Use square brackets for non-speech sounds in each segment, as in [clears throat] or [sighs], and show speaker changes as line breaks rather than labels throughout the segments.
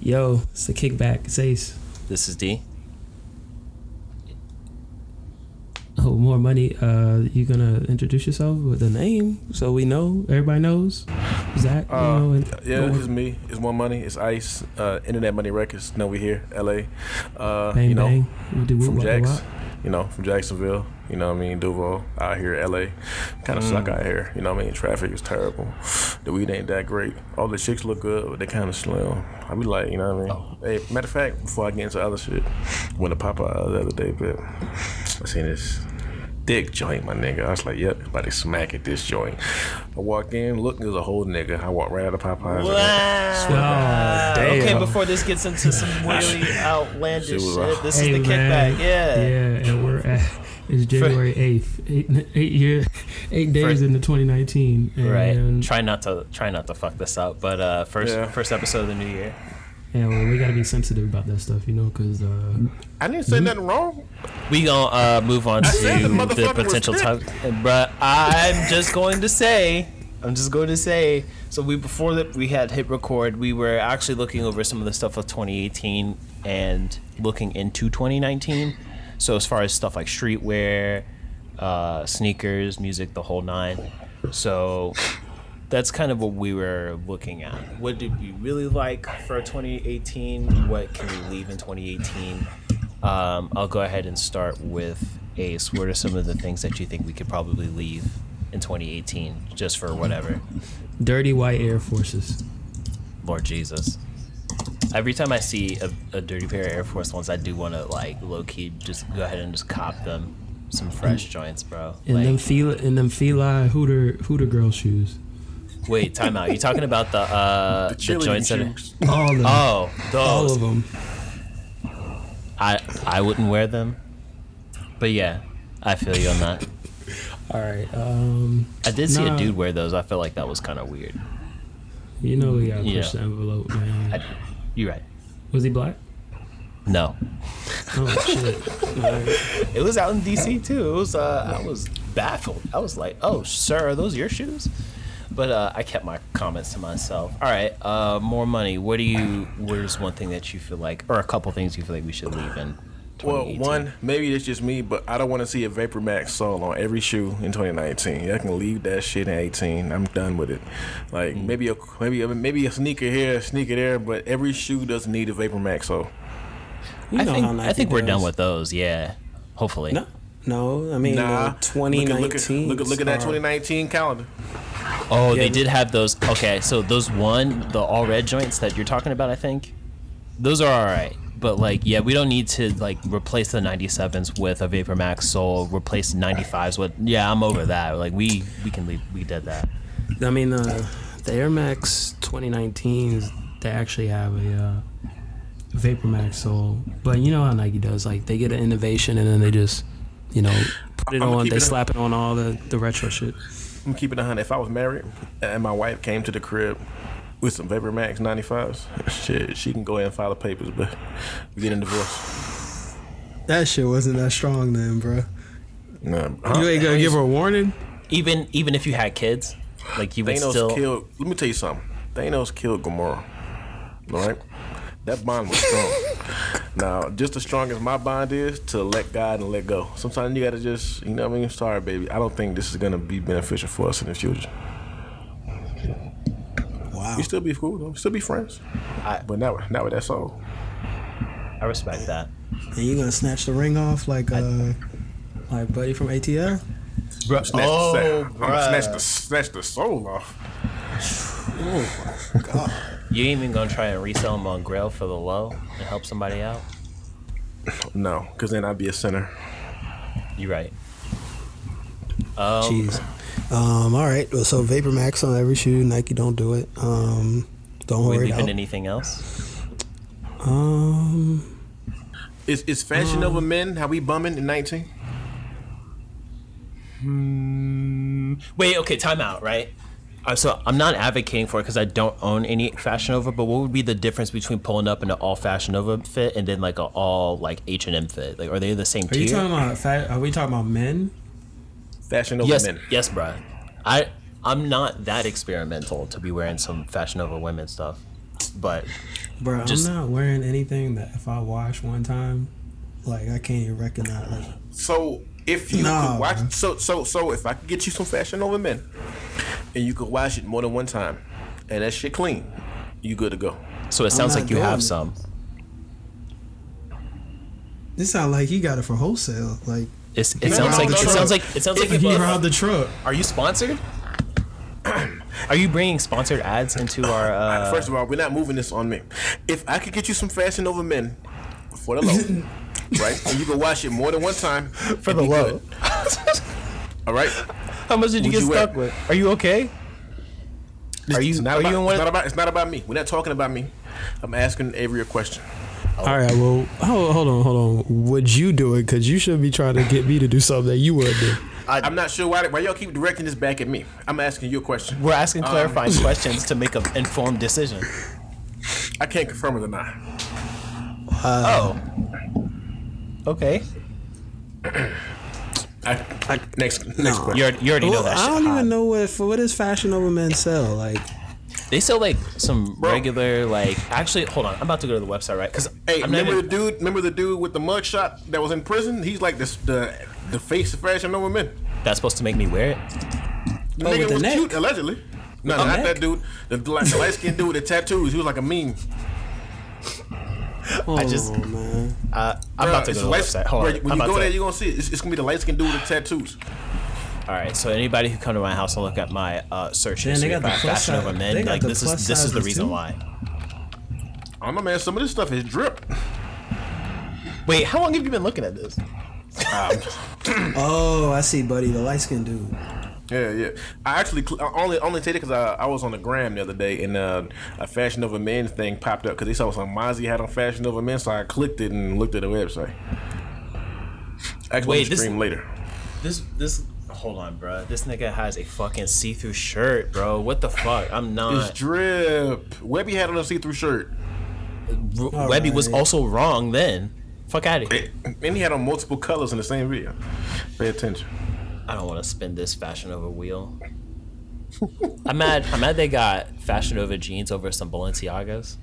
Yo, it's the kickback. It's Ace.
This is D.
Oh, more money. Uh, you gonna introduce yourself with a name so we know everybody knows Zach. you
Uh,
know, and
Yeah,
Lord.
it's me. It's One Money. It's Ice. Uh, Internet Money Records. Know we here, L.A. Uh,
bang
you know,
bang. We do whoop,
from
whoop,
Jax.
whoop.
You know, from Jacksonville. You know what I mean? Duval out here, L.A. Kind of
Mm.
suck out here. You know what I mean? Traffic is terrible. The weed ain't that great. All the chicks look good, but they kind of slim. I be like, you know what I mean? Hey, matter of fact, before I get into other shit, I went to Popeye the other day, but I seen this dick joint, my nigga. I was like, yep, everybody smack at this joint. I walked in, look, there's a whole nigga. I walked right out of Popeye's.
Oh, damn.
Uh, Okay, before this gets into
[laughs]
some really
She
outlandish
was
shit,
like,
this
Hey,
is the
man.
kickback. Yeah.
Yeah, and we're at it's January eighth, eight eight year, eight days
First-
into 2019, and,
Right. try not to try not to fuck this up. But uh, first
Yeah.
first episode of the new year.
and we- we gotta be sensitive about that stuff, you know, because uh,
I didn't say nothing wrong.
We gonna uh, move on to
said the
the,
motherfucker was
potential
sick.
topic, but I'm just going to say, I'm just going to say. So we before that we had hit record, we were actually looking over some of the stuff of 2018 and looking into 2019. So as far as stuff like streetwear, uh, sneakers, music, the whole nine. So that's kind of what we were looking at. What did we really like for 2018? What can we leave in 2018? Um, I'll go ahead and start with Ace. What are some of the things that you think we could probably leave in 2018 just for whatever?
dirty white Air Forces.
Lord Jesus. Every time I see a, a dirty pair of Air Force Ones, I do want to like low key just go ahead and just cop them some fresh joints, bro.
And
Like,
Mm. them feel and them feline hooter hooter girl shoes.
wait, time out. You talking about
[laughs]
the uh, the, joints that? Are,
All of them.
oh, those.
all of them.
I I wouldn't wear them. But yeah, I feel you on that.
All right. Um,
I did see
Nah.
a dude wear those. I felt like that was kind of weird.
you know we gotta push
Yeah.
the envelope, man.
I, you're right.
Was he black?
No,
[laughs]
Oh shit. All right.
it was out in D.C. too. It was. Uh, I was baffled. I was like, "Oh, sir, are those your shoes?" But uh, I kept my comments to myself. All right, uh, more money. What do you? What is one thing that you feel like, or a couple things you feel like we should leave in?
Well,
2018?
one, maybe it's just me, but I don't want to see a Vapor Max sole on every shoe in 2019. Y'all can leave that shit in 18. I'm done with it. Like maybe a maybe a, maybe a sneaker here, a sneaker there, but every shoe doesn't need a Vapor Max sole.
I
know
think.
how Nike
I think we're
does.
done with those. Yeah, hopefully.
No, no. I mean, uh,
Nah,
nah, 2019.
Look at, look at, look at, look at that 2019 calendar.
Oh, they did have those. Okay, so those one, the all red joints that you're talking about, I think, those are all right. But like, yeah, we don't need to like replace the 97s with a Vapor Max Soul. Replace 95s with yeah, I'm over that. Like we we can leave. We did that.
I mean uh, the Air Max 2019s. They actually have a uh, Vapor Max sole, but you know how Nike does. Like they get an innovation and then they just, you know, put it
I'ma
on.
keep
They
it up.
slap it on all the the retro shit.
I'm keeping a hundred. If I was married uh, and my wife came to the crib with some Vapor Max 95s, shit, she can go ahead and file the papers, but we getting divorced.
That shit wasn't that strong then, bro.
Nah,
You ain't gonna give her a warning.
Even even if you had kids, like you would
Thanos
still.
killed. Let me tell you something. Thanos killed Gamora. All right, that bond
[laughs]
was strong. now, just as strong as my bond is to let God and let go. Sometimes you gotta just, you know what I mean. Sorry, baby. I don't think this is gonna be beneficial for us in the future.
Wow.
We still be cool though. We still be friends. but not not with that soul.
I respect that,
And you gonna snatch the ring off like uh, like buddy from ATL?
bro.
Snatch
Oh,
the, I'm
bruh.
snatch the snatch the soul off.
you ain't even gonna try and resell them on Grail for the low and help somebody out.
No, because then I'd be a sinner.
You're right.
Oh.
Jeez. Um. All right. Well, so Vapor Max on every shoe. Nike don't do it. Um. Don't
We
worry.
leaving
Out.
anything else?
um.
Is
[gasps]
is fashion over men? How we bumming in 19?
Wait, okay, time out, right? Uh, so I'm not advocating for it because I don't own any Fashion Nova, but what would be the difference between pulling up in an all Fashion Nova fit and then like an all like H and M fit? Like, are they the same
Are you
tier?
talking about? Fat, are we talking about men?
Fashion over
yes,
men.
yes, bro. I I'm not that experimental to be wearing some Fashion Nova women stuff. but
bro.
Just-
I'm not wearing anything that if I wash one time,
Like I can't even recognize. Like,
So if you
Nah,
could
man.
watch, so so so if I could get you some fashion over men, and you could wash it more than one time, and that shit clean, you good to go.
so it sounds
not
like you
doing
have
it.
some.
this sound like he got it for wholesale. Like
It's, it
He
sounds
robbed
like
the
it
truck.
sounds like it sounds like
he
you-
robbed the truck.
Are you sponsored? [clears throat] Are you bringing sponsored ads into our? Uh,
First of all, we're not moving this on me. If I could get you some fashion over men for the
[laughs]
low, right, and you could wash it more than one time for
the low.
All right.
how much did you
Would
get
you wear-
stuck with? Are you okay? Are you?
It's not,
Are
about,
you in
it's
one?
not
of-
about. It's not about me. We're not talking about me. I'm asking Avery a question.
All right, well, hold, hold on, hold on. Would you do it? Because you should be trying to get me to do something that you would do.
I'm not sure why, why y'all keep directing this back at me. I'm asking you a question.
We're asking clarifying
um,
questions to make an informed decision.
I can't confirm or deny. Uh-huh.
Oh. Okay.
I, I, next next question.
You already, you already know
Well,
that
I
shit.
don't
hot.
even know what for what is fashion over men sell. Like
They sell like some
Bro.
regular like. Actually, hold on. I'm about to go to the website right because
Hey,
I'm not
remember
even-
the dude? Remember the dude with the mugshot that was in prison? He's like this the the face of fashion over men.
that's supposed to make me wear it.
The
Oh,
nigga
with the
was
neck?
cute allegedly. No, no, not
neck?
that dude. The like,
[laughs]
the light skinned dude with the tattoos. He was like a meme.
I
just-
Oh, man.
Uh, I'm
Bruh,
about to go
it's
to the
light-
website. Hold on.
bruh, When
I'm
you
about
go
to-
there, you're gonna see it. It's, it's gonna be the light skinned dude with the tattoos.
All right, so anybody who come to my house and look at my uh, search
Man, they
history
got the
about
plus
fashion
size-
over
they
men,
got
like
the
this
plus
is this is the
sizes
reason
too?
why.
I don't know, Oh, man. Some of this stuff is drip. [laughs]
Wait, how long have you been looking at this?
Oh, I see, buddy. The light skinned dude.
Yeah, yeah. I actually cl- I only only did it because I, I was on the gram the other day and uh, a fashion over men thing popped up because they saw some Mozzie had on fashion over men, so I clicked it and looked at the website. Actually,
Wait,
Wait,
this-
stream later.
This this hold on, bro. This nigga has a fucking see-through shirt, bro. What the fuck? I'm
It's
not.
drip. Webby had on a see-through shirt,
R- Webby was
Alright.
also wrong then. Fuck out of here.
and he had on multiple colors in the same video. Pay attention.
I don't want to spin this fashion over wheel. I'm mad. I'm mad they got fashion over jeans over some Balenciagas.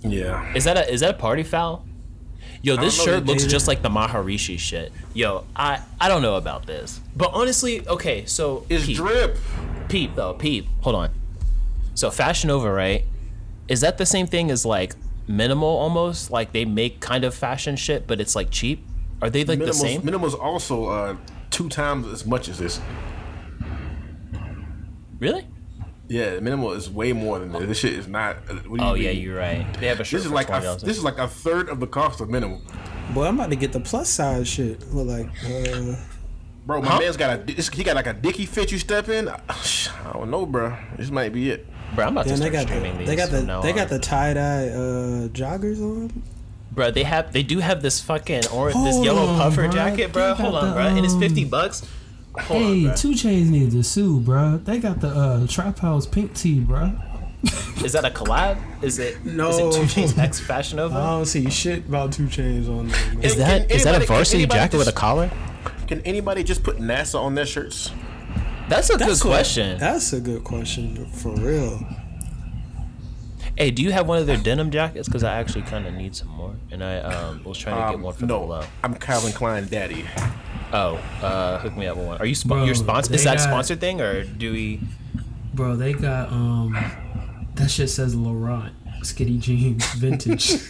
Yeah.
Is that a is that a party foul? Yo, this
don't know,
shirt looks
dude.
just like the Maharishi shit. Yo, I I don't know about this, but honestly, okay, so
It's
peep,
drip.
peep though, peep. Hold on. So Fashion Nova, right? Is that the same thing as like minimal almost? Like they make kind of fashion shit, but it's like cheap. Are they like the
Minimal's,
same?
Minimal's also uh, two times as much as this.
really?
Yeah, minimal is way more than this. This shit is not. uh, What do you
Oh yeah,
mean?
you're right. They have a shirt.
Mm-hmm. This is
for
like a,
$20.
this is like a third of the cost of minimal.
Boy, I'm about to get the plus size shit. Look like uh,
Bro, my
Huh?
man's got a this- he got like a dicky fit you step in. [sighs] I don't know, bro. This might be it.
bro. I'm about to
damn, they
start
got
streaming
the,
these.
they got
from
the
now
they
on.
got the tie dye uh, joggers on.
Bro, they have they do have this fucking orange this
Hold
yellow
on,
puffer
bruh.
jacket, bro.
They
Hold
got
on,
the,
bro. And it's
um,
fifty bucks. Hold on,
Hey,
bruh.
Two Chains needs to sue, bruh. They got the uh, Trap House pink tea, bruh.
Is that a collab? Is it no.
No. Uh,
is it two chains X Fashion
I
Nova?
don't see shit about two chains on there. Man.
Is
Can-
that
can
is that a
anybody- can
varsity
anybody
jacket with a
just-
collar?
Can anybody just put NASA on their shirts?
That's a
That's
good
what-
question.
that's a good question for real.
hey, do you have one of their denim jackets? Because I actually kind of need some more, and I um was trying to get
Um,
one for the
no,
low.
I'm Calvin Klein daddy.
Oh, uh, hook me up with one. Are you spo-
Bro,
your sponsor? Is
they
that a
got-
sponsored thing or do
[laughs]
we?
Bro, they got um that shit says Laurent skinny jeans
[laughs]
vintage.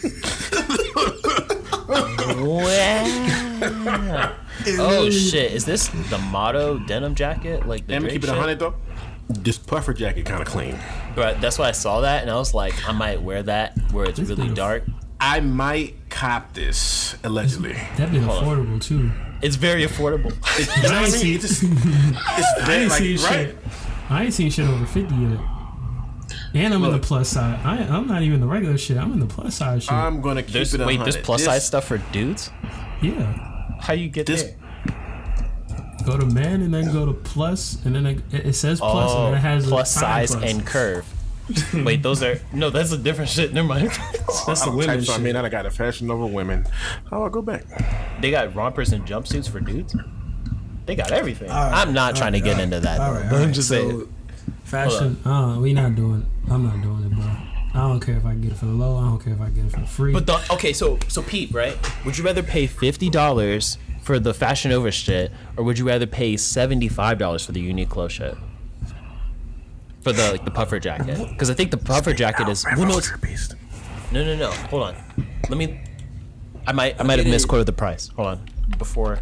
Wow. oh shit! Is this the motto denim jacket? Like the
Let me
Drake
keep it
shit?
hundred though. This puffer jacket kind of clean.
But that's why I saw that, and I was like, I might wear that where it's really
beautiful.
dark.
I might cop this allegedly.
That'd be affordable too.
It's very affordable.
You know what I mean?
see-
It's, just, it's
I ain't
like,
seen
right?
shit. I ain't seen shit over fifty yet. And I'm in
Look.
the plus side. I, I'm not even the regular shit. I'm in the plus side shit.
Uh,
I'm gonna keep
There's,
it.
wait, there's
100.
plus
This-
size stuff for dudes.
yeah.
How you get
This-
there?
Go to men and then go to plus and then it, it says plus
Oh,
and then it has a
plus
side
size
plus.
and curve.
[laughs]
wait, those are no, that's a different shit. Never mind. [laughs]
That's
I
the
don't
women
type, so I
shit.
mean, I done got a fashion over women. Oh, I'll go back.
they got rompers and jumpsuits for dudes. They got everything.
All right,
I'm not
all
trying
right,
to get
all
into that.
All
though,
right,
but
all
I'm
right.
just
so
saying.
Fashion. Uh, we not doing it. I'm not doing it, bro. I don't care if I get it for the low. I don't care if I get it for free.
But the okay, so so Pete, right? Would you rather pay fifty dollars for the Fashion Over shit, or would you rather pay seventy five dollars for the Uniqlo shit? For the like the puffer jacket, because I think the puffer jacket is well, no, it's-
Masterpiece.
no, no, no. Hold on, let me. I might I might have misquoted the price. Hold on, before.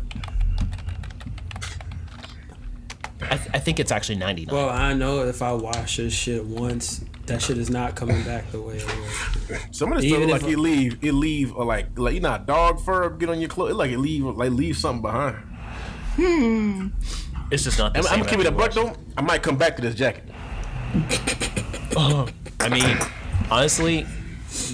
I, th- I think it's actually ninety nine.
Well, I know if I wash this shit once, that shit is not coming back the way it was.
Some of this
Even
stuff
if
like
I-
it leave it leave or like like you know how dog fur get on your clothes. It like it leave like leave something behind.
It's just not. The
I'm,
same
I'm gonna keep it a
afterwards.
buck though. I might come back to this jacket.
I mean, honestly,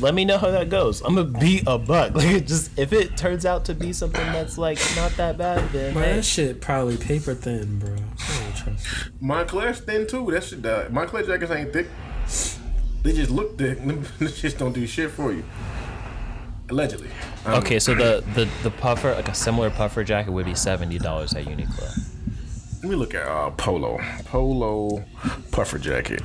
let me know how that goes. I'm gonna be a buck. [laughs] Like, it just if it turns out to be something that's like not that bad, then
Bro,
hey.
that shit probably paper thin, bro. I don't trust it.
Montclair's thin too. That shit. Uh, Montclair jackets ain't thick. They just look thick. [laughs] Them shits don't do shit for you. Allegedly. Um,
okay. So the, the the puffer, like a similar puffer jacket, would be seventy dollars at Uniqlo.
Let me look at uh, polo. Polo puffer jacket.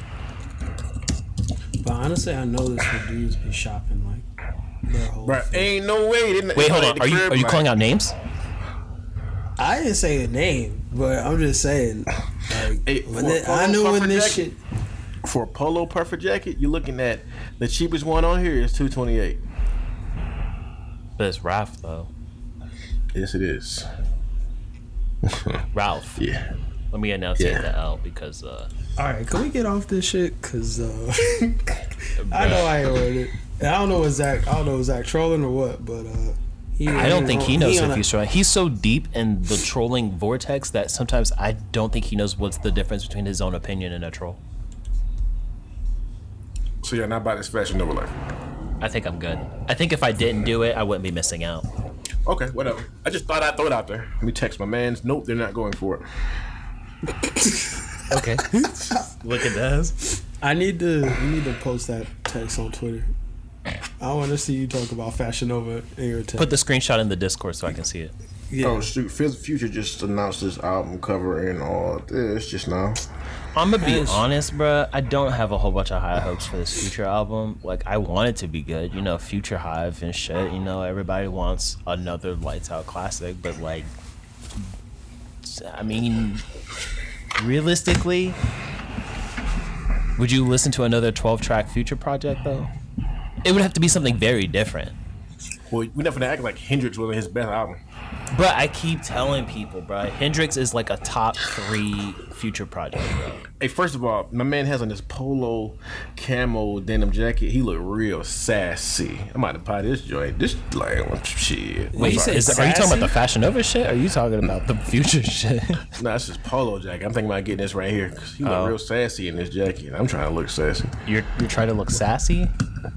But honestly, I know this for dudes be shopping like their whole.
Bro, ain't no way. They,
Wait, hold on. Are you are you calling out names?
I didn't say a name, but I'm just saying. Like,
Hey,
when
for
it-
a
I
polo
knew when
puffer
this
jacket?
shit.
for a polo puffer jacket? You're looking at the cheapest one on here is two twenty eight.
But it's Ralph though.
Yes, it is.
Ralph.
Yeah.
Let me enunciate
Yeah.
the L because uh,
All right, can we get off this shit? Cause uh, [laughs] I know I ain't wearing it. And I don't know what Zach. I don't know if Zach trolling or what, but uh, he
I don't think he knows
on
if
a-
he's trolling. He's so deep in the trolling vortex that sometimes I don't think he knows what's the difference between his own opinion and a troll.
So you're not about this fashion over life.
I think I'm good. I think if I didn't do it, I wouldn't be missing out.
Okay, whatever. I just thought I'd throw it out there. Let me text my man's. Nope, they're not going for it.
Okay. [laughs] Look at this.
I need to. You need to post that text on Twitter. I want to see you talk about Fashion Nova in your text.
Put the screenshot in the Discord so I can see it.
yeah.
Oh shoot! Fizz Future just announced this album cover and all this just now.
I'm gonna be honest, bruh. I don't have a whole bunch of high hopes for this future album. Like, I want it to be good, you know, Future Hive and shit. You know, everybody wants another lights out classic, but like, I mean, realistically, would you listen to another 12 track future project though? It would have to be something very different.
Well, we never act like Hendrix wasn't his best album.
But I keep telling people, bro, Hendrix is like a top three future project, bro.
Hey, first of all, my man has on this polo camo denim jacket. He look real sassy. I'm about to buy this joint. This like shit.
Wait,
said
is that, are you talking about
sassy?
the Fashion Nova shit? Or are you talking about the future [laughs] shit?
No, that's just polo jacket. I'm thinking about getting this right here. 'cause he look
Oh.
real sassy in this jacket. I'm trying to look sassy.
you're you're trying to look sassy,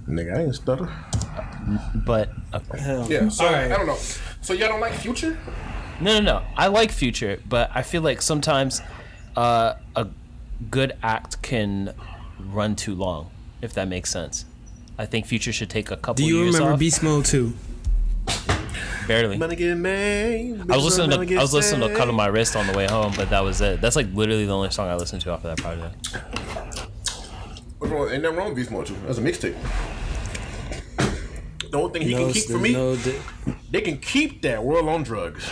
Nigga, I ain't stutter.
but okay.
Hell.
Yeah, so
All right.
I don't know. So y'all don't like Future?
no, no, no. I like future, but I feel like sometimes uh, a good act can run too long, if that makes sense. I think future should take a couple.
Do you
years
remember
off.
Beast Mode [laughs] 2?
Barely.
Gonna get mad.
I was listening to I was listening to "Cut on My Wrist" on the way home, but that was it. That's like literally the only song I listened to off of that project.
What's wrong? Ain't nothing wrong with Beast Mode 2. That's a mixtape. The only thing he can keep for me,
No, di-
they can keep that World on Drugs.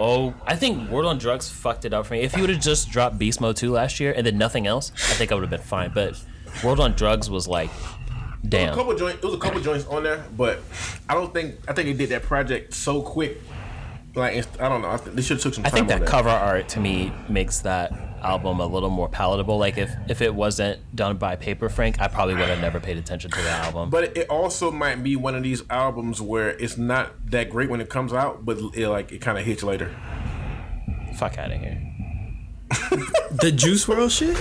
Oh, I think "Word on Drugs" fucked it up for me. If he would have just dropped Beast Mode 2 last year and then nothing else, I think I would have been fine. But "World on Drugs" was like,
A
damn.
couple joint, it was a couple joints on there, but I don't think I think they did that project so quick. Like inst- I don't know. I think they should took some
I
time.
think
on
that cover art to me makes that album a little more palatable. Like if if it wasn't done by Paper Frank, I probably would have never paid attention to the album.
But it also might be one of these albums where it's not that great when it comes out, but it, like it kind of hits later.
Fuck out of here.
the Juice World shit?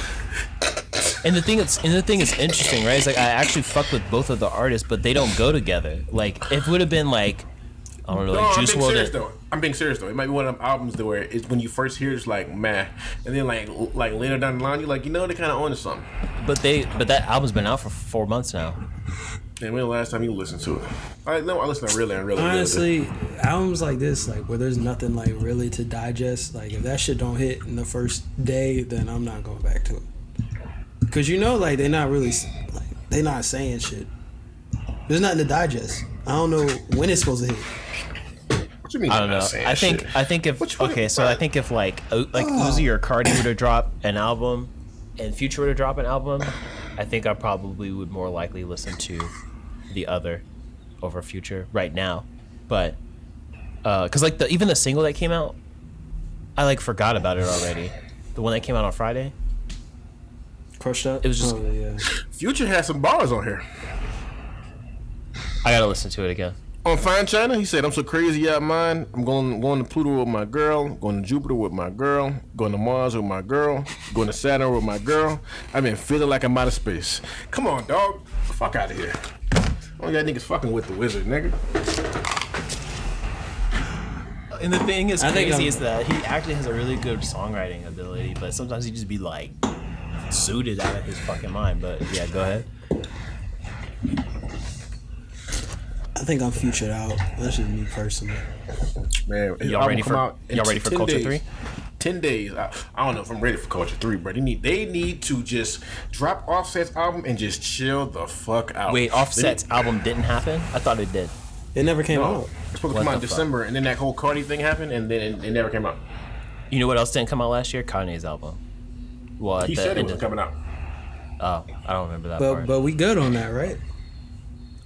And the thing that's and the thing that's interesting, right? Is like I actually fucked with both of the artists, but they don't go together. Like it would have been like I don't know,
No,
like
I'm
Juice
being
World.
serious
and-
though. I'm being serious though. It might be one of them albums that where it's when you first hear it, it's like man, and then like l- like later down the line you're like you know they kind of on to something.
But they but that album's been out for four months now.
And when the last time you listened to it? I no, I listened to really and really.
Honestly, albums like this, like where there's nothing like really to digest, like if that shit don't hit in the first day, then I'm not going back to it. Cause you know, like they're not really s- like
they not saying shit. There's nothing to digest. I don't know when it's supposed to hit.
What you mean?
I
you're
don't
not
know.
saying
I think
shit?
I think if
What you- what-
okay, so I think if like U- like Uzi or Cardi were to drop an album, and Future were to drop an album, I think I probably would more likely listen to the other over Future right now, but because like the even the single that came out, I like forgot about it already. The one that came out on Friday,
Crushed up.
It was just-
Oh, yeah.
Future has some bars on here.
I gotta listen to it again.
On Fine China, he said, I'm so crazy out of mine. I'm going going to Pluto with my girl, going to Jupiter with my girl, going to Mars with my girl, going to Saturn with my girl. I've been feeling like I'm out of space. Come on, dog. Fuck out of here. All y'all niggas fucking with the wizard, nigga.
And the thing is
I think
crazy
I'm-
is that he actually has a really good songwriting ability, but sometimes he just be like zooted out of his fucking mind. But yeah, go ahead.
I think I'm futured out. That's just me personally.
Man, his
Y'all
album
ready
come
for-
out in
y'all ready for
10
Culture
days.
Three?
Ten days. I, I don't know if I'm ready for Culture Three, but they need they need to just drop Offset's album and just chill the fuck out.
Wait,
They-
Offset's album didn't happen? I thought it did.
It never came
No,
out.
Oh, it's supposed
What
to come out in
the fuck?
December, and then that whole Cardi thing happened, and then it, it never came out.
You know what else didn't come out last year? Kanye's album. Well, at
He
the
said it
end
was
of-
coming out.
Oh, I don't remember that
But
part.
but we good on that, right?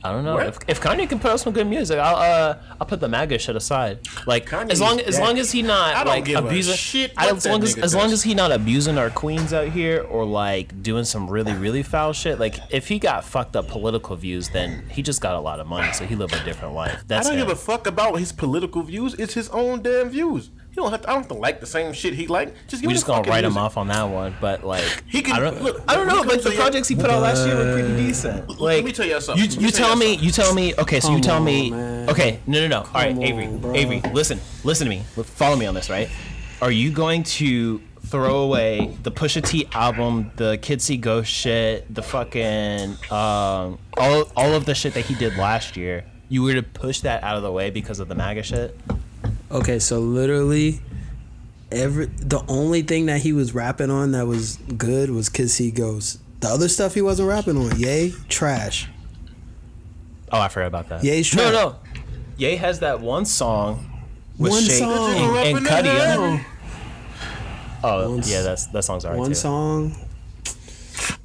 I don't know.
What?
If, if Kanye can put out some good music, I'll uh, I'll put the MAGA shit aside. Like
Kanye's
as long as
dead.
long as he not
I don't
like
give a
abusing
shit
I-
what
as
that
long as
nigga
as long
does.
as he not abusing our queens out here or like doing some really really foul shit. Like if he got fucked up political views, then he just got a lot of money, so he lived a different life.
I
That's
don't
him.
give a fuck about his political views. It's his own damn views. He don't have to. I don't have to like the same shit he like. Just give
we
him
just
the
gonna
fucking
write him
music.
off on that one, but like
[laughs] He can-
I don't
look,
I don't
when
know,
it
but
comes
the
to your-
projects he put out last year were pretty decent. Like
let me tell y'all something.
You,
Let me
you
tell y'all
tell me
something.
you tell me okay, so you
Come
tell
on,
me
man.
okay, no no no. All right,
Come
Avery,
on, bro.
Avery, listen. Listen to me. Look, Follow me on this, right? Are you going to throw away the Pusha T album, the Kids See Ghost shit, the fucking um all all of the shit that he did last year? You were to push that out of the way because of the MAGA shit?
Okay, so literally every the only thing that he was rapping on that was good was Kiss He Goes. The other stuff he wasn't rapping on, yay, trash.
Oh, I forgot about that.
Ye's
no,
track.
no. Ye has that one song with
One
Shay
song.
and, and Cudi on it.
No.
Oh,
One
yeah,
s-
that's that song's alright
One
too.
song.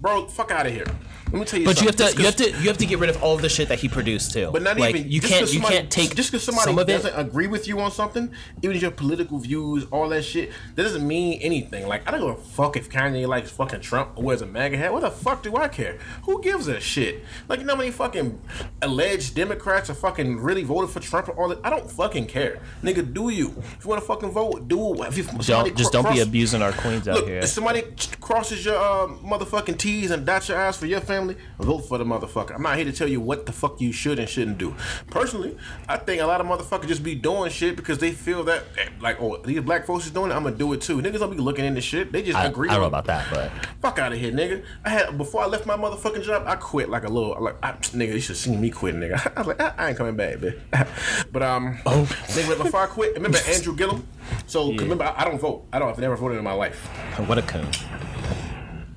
bro. Fuck out of here. Let me tell you.
But you have
something.
to
Just
you have
'cause-
to you have to get rid of all of the shit that he produced too.
But not
like,
even
you
just
can't
'cause
you
somebody-
can't take
just because somebody
some of it.
doesn't agree with you on something, even your political views, all that shit, that doesn't mean anything. Like I don't give a fuck if Kanye likes fucking Trump or wears a MAGA hat. What the fuck do I care? Who gives a shit? Like you know how many fucking alleged Democrats are fucking really voted for Trump and all that. I don't fucking care, nigga. Do you? If you want to fucking vote, do. it. If you, somebody
Don't just don't be
cross-
abusing our queens out
Look,
here.
if somebody ch- crosses your uh, motherfucking T's and dots your I's for your family, vote for the motherfucker. I'm not here to tell you what the fuck you should and shouldn't do. Personally, I think a lot of motherfuckers just be doing shit because they feel that, eh, like, oh, these black folks is doing it, I'm gonna do it too. Niggas don't be looking into shit. They just
I, I
agree.
don't know
with-
about that, but
Fuck out of here, nigga. I had before I left my motherfucking job, I quit like a little like I, nigga. You should have seen me quit, nigga. [laughs] I was like, I, I ain't coming back, bitch. [laughs] but um,
Oh.
nigga, before I quit, remember Andrew Gillum? So 'cause remember, I, I don't vote. I don't. I've never voted in my life.
[laughs] what a coon.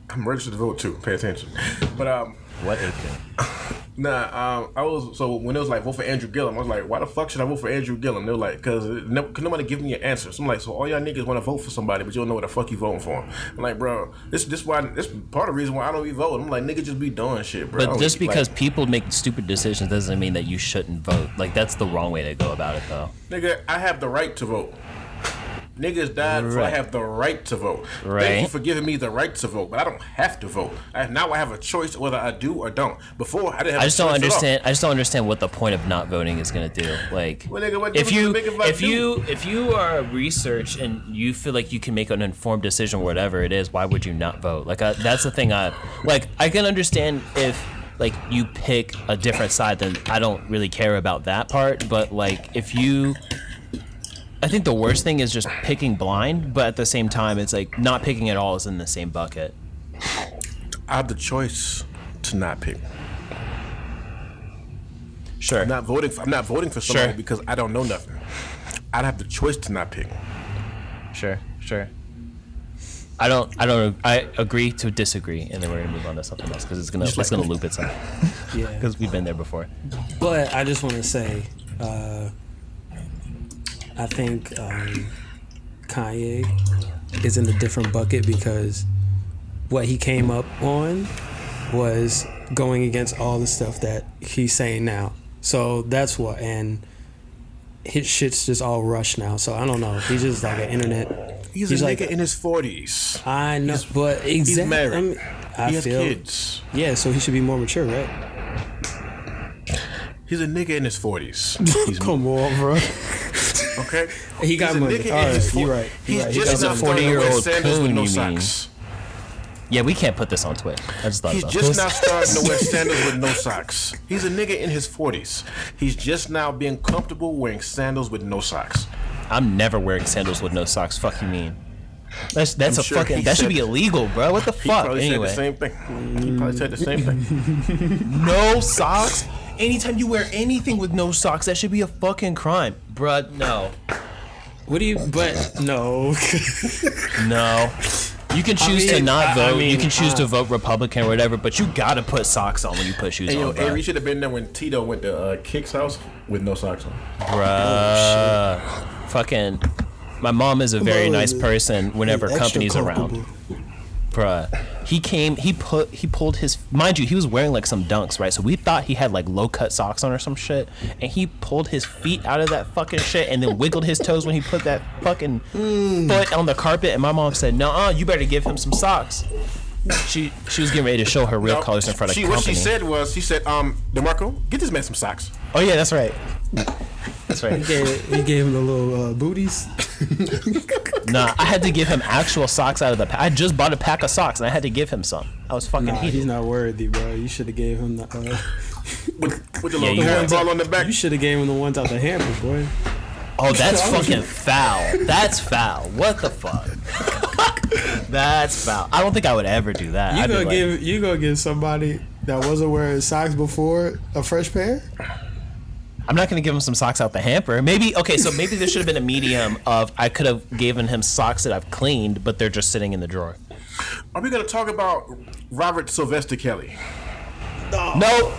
I'm registered to vote too. Pay attention. But um,
What a
[laughs]
coon.
nah, um, I was so when it was like vote for Andrew Gillum, I was like, why the fuck should I vote for Andrew Gillum? They're like, cause no, could nobody give me an answer. So I'm like, so all y'all niggas want to vote for somebody, but you don't know what the fuck you voting for. I'm like, bro, this this why this part of the reason why I don't be voting. I'm like, nigga, just be doing shit, bro. I
But
don't
just
be-
because
like,
people make stupid decisions doesn't mean that you shouldn't vote. Like that's the wrong way to go about it though.
nigga, I have the right to vote. Niggas died for I
Right.
have the right to vote. Thank you
Right.
for giving me the right to vote, but I don't have to vote. I, now I have a choice whether I do or don't. Before I didn't have
I
a
just don't
choice at all.
understand. I just don't understand what the point of not voting is going to do. Like,
Well, nigga, what
if
difference
you
does it make if I
if
do?
you if you are research and you feel like you can make an informed decision, whatever it is, why would you not vote? Like, I, that's the thing. I like. I can understand if like you pick a different side, then I don't really care about that part. But like, if you I think the worst thing is just picking blind, but at the same time, it's like not picking at all is in the same bucket.
I have the choice to not pick.
Sure.
I'm not voting. For, I'm not voting for somebody
Sure.
because I don't know nothing. I'd have the choice to not pick.
Sure. Sure. I don't. I don't. I agree to disagree, and then we're gonna move on to something else because it's gonna it's gonna loop
[laughs]
itself
Yeah.
because we've been there before.
But I just want to say, uh, I think um, Kanye is in a different bucket because what he came up on was going against all the stuff that he's saying now. So that's what and. His shit's just all rushed now, so I don't know. He's just like an internet.
He's,
He's
a
like-
nigga in his forties.
I know, but exactly.
married.
I, mean, I
He has
feel
kids.
yeah. So he should be more mature, right?
He's a nigga in his
[laughs]
forties.
Come on, bro.
Okay.
He got
He's a
money.
nigga in
All
his
right, you're
40s.
right. You're
He's
right. He
just
got
not
money.
starting to
40-year-old
wear sandals with
coon,
no
you mean.
socks.
Yeah, we can't put this on Twitch. I just thought
He's
about
just
this.
now
[laughs]
starting to wear sandals with no socks. He's a nigga in his 40s. He's just now being comfortable wearing sandals with no socks.
I'm never wearing sandals with no socks. Fuck you mean? That's that's
I'm
a
sure he
fucking that should
said-
be illegal, bro. What the
He
fuck?
probably
Anyway,
said the same thing. He probably said the same thing.
no socks. Anytime you wear anything with no socks, that should be a fucking crime, bruh. No,
What do you? But [laughs]
[laughs]
no.
no. You can choose to
mean,
not
I- I
vote. you
mean,
can choose
uh,
to vote Republican or whatever, but you gotta put socks on when you put shoes
And yo,
on, bruh.
Avery should have been there when Tito went to uh, Kick's house with no socks on. Oh,
Bruh. fucking. My mom is a very
on,
nice
man.
person whenever
Extra
company's around.
comfortable.
Bruh. He came, he put, he pulled his, mind you, he was wearing like some dunks, right? So we thought he had like low cut socks on or some shit. And he pulled his feet out of that fucking shit and then wiggled his toes when he put that fucking
Hmm.
foot on the carpet. And my mom said, Nuh-uh, you better give him some socks. She she was getting ready to show her real colors in front of
she,
company.
What she said was, she said, um, DeMarco, get this man some socks.
oh yeah, that's right. That's right.
Yeah, he gave him the little uh, booties.
Nah, I had to give him actual socks out of the pack. I just bought a pack of socks and I had to give him some. I was fucking
Nah, he's
heated.
not worthy, bro. You should have gave him the. Uh,
With, with the
you
[laughs]
little handball on the back.
you should have gave him the ones out the hamper, boy.
Oh,
[laughs]
that's fucking foul. That's foul. What the fuck? that's foul. I don't think I would ever do that.
You
I'd be
gonna
like,
give? You gonna give somebody that wasn't wearing socks before a fresh pair?
I'm not gonna give him some socks out the hamper. Maybe okay, so maybe there should have been a medium of I could have given him socks that I've cleaned, but they're just sitting in the drawer.
Are we going to talk about Robert Sylvester Kelly?
No,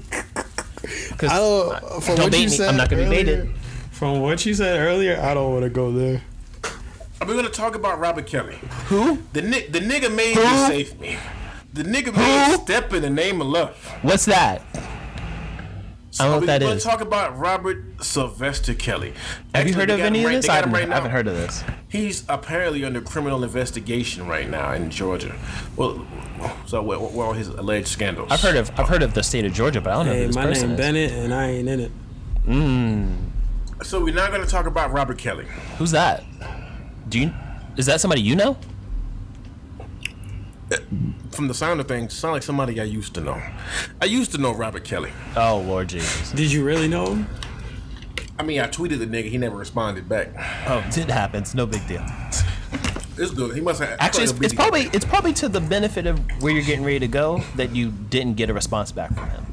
I don't. From
Don't
what
bait
you
me.
said
I'm not gonna be
earlier,
baited.
From what you said earlier, I don't want to go there.
Are we going to talk about Robert Kelly? Who? The, ni- the nigga made you save me. The nigga made you step in the name of love.
what's that? I don't know
Are
what
we
that
gonna
is.
talk about Robert Sylvester Kelly.
Have you
Actually,
heard
they
of
got
any
him
of
right-
this?
they got
I,
him
haven't,
right
I
now.
haven't heard of this.
He's apparently under criminal investigation right now in Georgia. Well, so well, well his alleged scandals.
I've heard of I've heard of the state of Georgia, but I don't know
Hey,
who this
my
person
name
is.
Bennett, and I ain't in it.
So we're not going to talk about Robert Kelly.
Who's that? Do you is that somebody you know?
From the sound of things, sound like somebody I used to know. I used to know Robert Kelly.
Oh Lord Jesus.
Did you really know him?
I mean, I tweeted the nigga. He never responded back.
Oh, it happens. No big deal.
It's good. He must have.
Actually, it's, it's probably it's probably to the benefit of where you're getting ready to go that you didn't get a response back from him.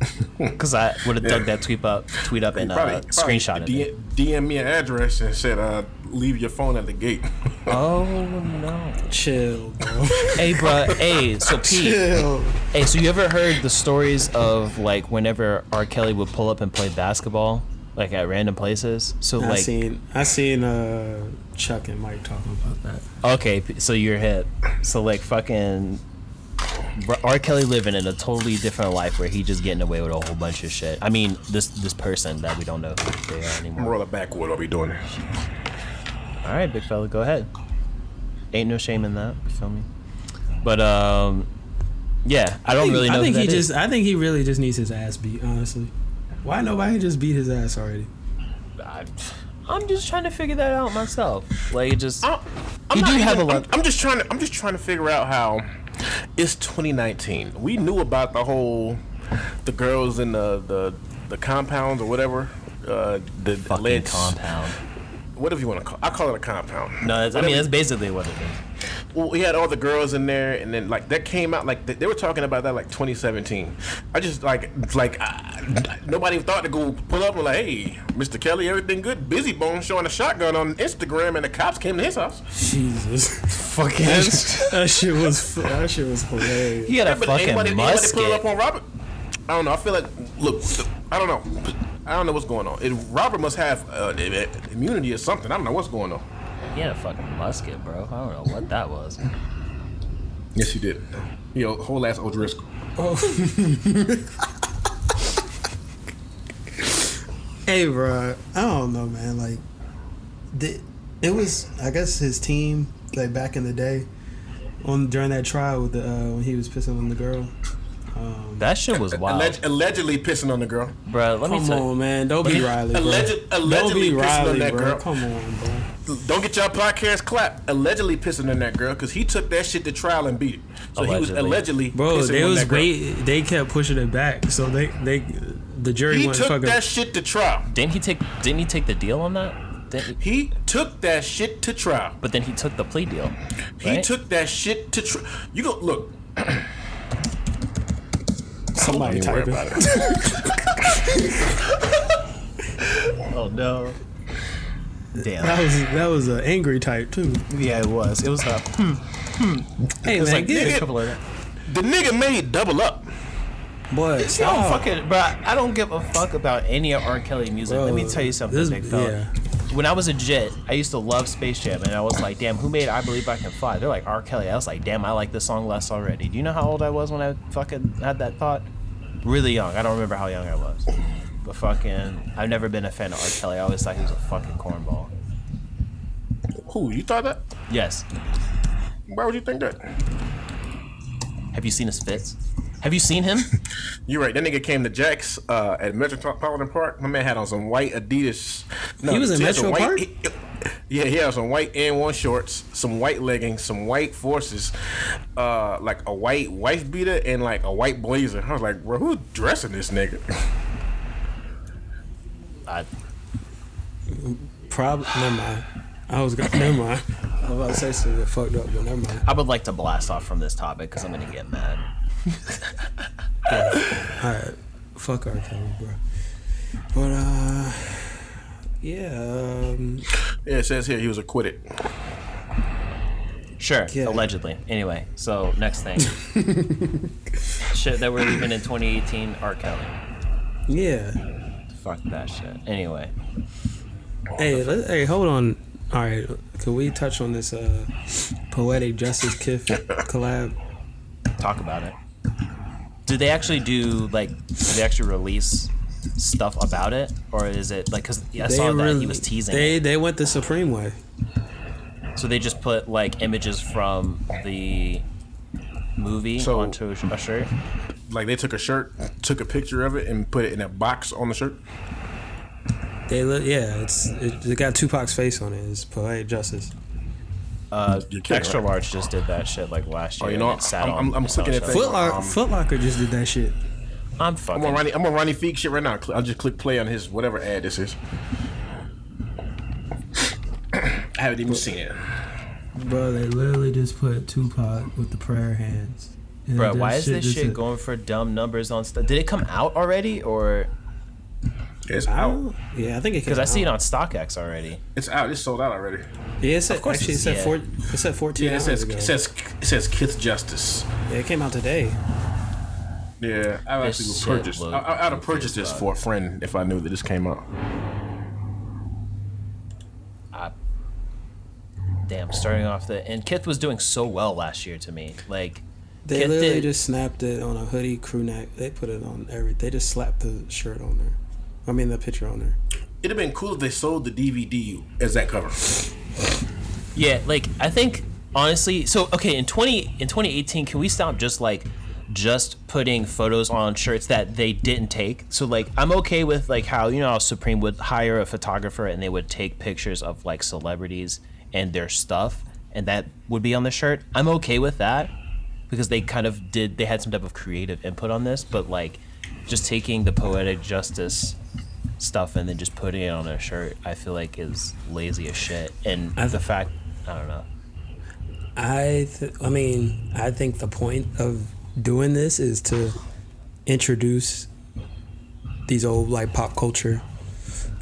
[laughs] Because I would have dug
Yeah.
that tweet up, tweet up, and uh,
probably- probably
screenshot it.
D- DM me an address and said, uh, "Leave your phone at the gate." [laughs]
Oh no!
Chill, bro.
Hey, bruh. Hey, so Pete.
[laughs]
[laughs]
Chill.
Hey, so you ever heard the stories of like whenever R. Kelly would pull up and play basketball, like at random places? So
I
like,
seen I seen uh, Chuck and Mike talking about that.
Okay, p- so you're hip. So like fucking Br- R. Kelly living in a totally different life where he just getting away with a whole bunch of shit. I mean, this this person that we don't know who they are anymore.
Roll it backward. I'll be doing this.
All right, big fella, go ahead. Ain't no shame in that. You feel me? But um, yeah, I don't really know.
I think
who
he
that is.
just I think he really just needs his ass beat. Honestly, why nobody just beat his ass already?
I, I'm just trying to figure that out myself. Like, it just
I'm, I'm
You
not
do have
even-
a
I'm-
lot-
I'm, just trying to. I'm just trying to figure out how. It's 2019. We knew about the whole, the girls in the the, the compounds or whatever. Uh, the
fucking
alleged-
compound.
Whatever you want to call. I call it a compound.
No, that's, I mean
Whatever-
that's basically what it is.
well, we had all the girls in there, and then like that came out like they, they were talking about that like 2017. I just like it's like I, nobody thought to go pull up and like, hey, Mr. Kelly, everything good? Busy Bones showing a shotgun on Instagram, and the cops came to his house.
[laughs] Jesus,
Fucking.
that shit was that shit was hilarious.
He had a
But
fucking
anybody, anybody
musket.
pull up on Robert? I don't know. I feel like look, I don't know. I don't know what's going on. It, Robert must have uh, immunity or something. I don't know what's going on.
He had a fucking musket, bro. I don't know what that was.
Yes, he did. You know, whole ass O'Driscoll.
Hey, bro, I don't know, man. Like, the, it was I guess his team like back in the day on during that trial with the uh, when he was pissing on the girl.
That shit was wild,
Alleg- allegedly pissing on the girl.
bro. Let me
Come
tell you.
on, man, don't be Riley. Bro.
Alleged-
don't
allegedly
be
pissing on
Riley,
that
bro.
girl.
Come on, bro.
Don't get y'all podcast clap. Allegedly pissing on that girl because he took that shit to trial and beat it. So he was
Allegedly.
allegedly
Bro,
pissing
they
on
was
that girl.
wait. They kept pushing it back, so they they the jury
He
went
took
fucking.
that shit to trial.
Didn't he take? Didn't he take the deal on that? Didn't he-
He took that shit to trial.
but then he took the plea deal.
He
right?
took that shit to trial. You go look.
somebody
Don't worry about
typing.
it.
Oh no. Damn.
That was that was an angry type too.
Yeah, it was. It was a
Hey man,
like,
get
a
it.
couple of that.
the nigga made double up.
Boy,
I don't
stop.
fucking, bro. I don't give a fuck about any of R. Kelly music. Let me tell you something,
This-
big fella.
yeah.
When I was a JIT, I used to love Space Jam, and I was like, damn, who made I Believe I Can Fly? They're like R. Kelly. I was like, damn, I like this song less already. Do you know how old I was when I fucking had that thought? Really young. I don't remember how young I was. But fucking, I've never been a fan of R. Kelly. I always thought he was a fucking cornball.
Who you thought that?
Yes.
Why would you think that?
Have you seen his fits? Have you seen
[laughs]
him?
You're right. That nigga came to Jack's uh, at Metropolitan Park. My man had on some white Adidas. No,
He was in
had some
Metro
white-
Park?
he- [laughs] yeah, he had some white N1 shorts, some white leggings, some white forces, uh, like a white wife beater, and like a white blazer. I was like, bro, who's dressing this nigga? [laughs]
I,
Probably never mind. I was gonna never mind. I was about to say something that fucked up, but never mind.
I would like to blast off from this topic because I'm gonna get mad.
All right, fuck R. Kelly, bro. But uh, yeah, um,
Yeah, it says here he was acquitted.
Sure,
Yeah.
allegedly. Anyway, so next
[laughs]
thing. shit that we're leaving in 2018, R. Kelly.
yeah.
Fuck that shit. Anyway,
Hey, let, hey, hold on. All right, can we touch on this uh, poetic
[laughs]
justice Kiff collab?
talk about it. Did they actually do like? Did they actually release stuff about it, or is it like? Because I saw that he was teasing.
They
it.
they went the supreme way.
So they just put like images from the movie
So-
onto a sh- a shirt.
Like they took a shirt, took a picture of it, and put it in a box on the shirt.
They look, yeah, it's it, it got Tupac's face on it. It's poetic justice.
Uh,
You're kidding,
extra
right?
large just did that shit like last
Oh,
year.
you know,
and it sat
I'm-
on-
I'm- I'm
it's on
looking at
shelf.
that-
Foot, Lock,
Um,
Foot Locker just did that shit.
I'm fucking.
I'm on Ronnie. I'm on Ronnie Feig shit right now. Cl- I'll just click play on his whatever ad this is. I haven't even seen it.
Bro, they literally just put Tupac with the prayer hands. And
Bro,
that
why is this
just
shit
a-
going for dumb numbers on stuff? Did it come out already, or
It's out.
Yeah, I think it
because I see it on StockX already?
It's out. It's sold out already.
Yeah, it said, of
course
actually, it
it's-
said,
yeah.
four, it said 14
Yeah, it
hours
says
ago.
it says it says Kith Justice.
yeah, it came out today.
Yeah, I
This
actually would
shit
purchase.
look
I, I- I'd have purchased
confused
this for a friend if I knew that this came out.
I, damn, starting off the and Kith was doing so well last year to me. Like
They
Kith
literally
did-
just snapped it on a hoodie, crew neck. They put it on every. They just slapped the shirt on there. I mean, the picture on there.
It'd have been cool if they sold the DVD as that cover.
Yeah, like I think honestly, so okay, in 20 in 2018, can we stop just like just putting photos on shirts that they didn't take? So like I'm okay with like how you know how Supreme would hire a photographer and they would take pictures of like celebrities and their stuff and that would be on the shirt. I'm okay with that because they kind of did they had some type of creative input on this, but like just taking the poetic justice stuff and then just putting it on a shirt, I feel like is lazy as shit. And
I-
the fact, I don't know.
I, th- I mean, I think the point of doing this is to introduce these old like pop culture,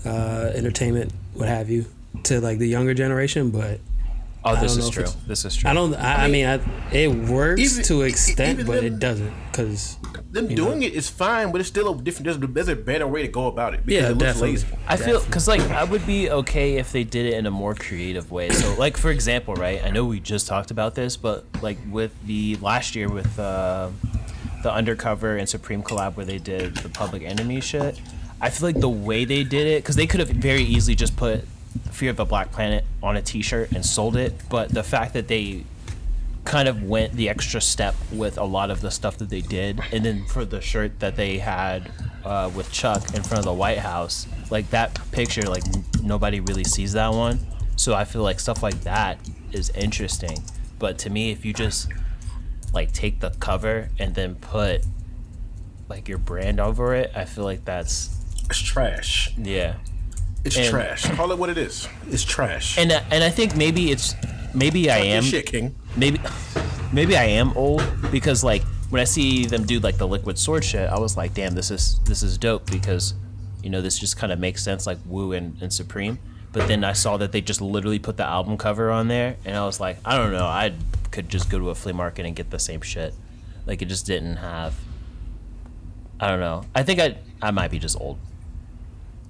uh, entertainment, what have you, to like the younger generation. But
Oh,
I
this
don't know
is
if
true.
it's-
This is true.
I don't. I, I mean, I, it works
Even-
to
e-
an extent,
even
but
them-
it doesn't because
Them doing it is fine, but it's still a different. There's, there's a better way to go about it because
Yeah,
it looks
definitely.
lazy.
I feel because like I would be okay if they did it in a more creative way. So like for example, right? I know we just talked about this, but like with the last year with uh, the undercover and Supreme collab where they did the Public Enemy shit, I feel like the way they did it because they could have very easily just put Fear of a Black Planet on a T-shirt and sold it, but the fact that they kind of went the extra step with a lot of the stuff that they did, and then for the shirt that they had uh, with Chuck in front of the White House, like that picture, like n- nobody really sees that one. So I feel like stuff like that is interesting. But to me, if you just like take the cover and then put like your brand over it, I feel like that's
It's trash.
yeah.
It's
And-
trash. Call it what it is. It's trash.
And uh, and I think maybe it's maybe I
Good
am
shit, King.
maybe maybe I am old because like when I see them do like the liquid sword shit, I was like, damn, this is this is dope because you know this just kind of makes sense like Wu and, and Supreme. But then I saw that they just literally put the album cover on there, and I was like, I don't know, I could just go to a flea market and get the same shit. Like it just didn't have. I don't know. I think I I might be just old.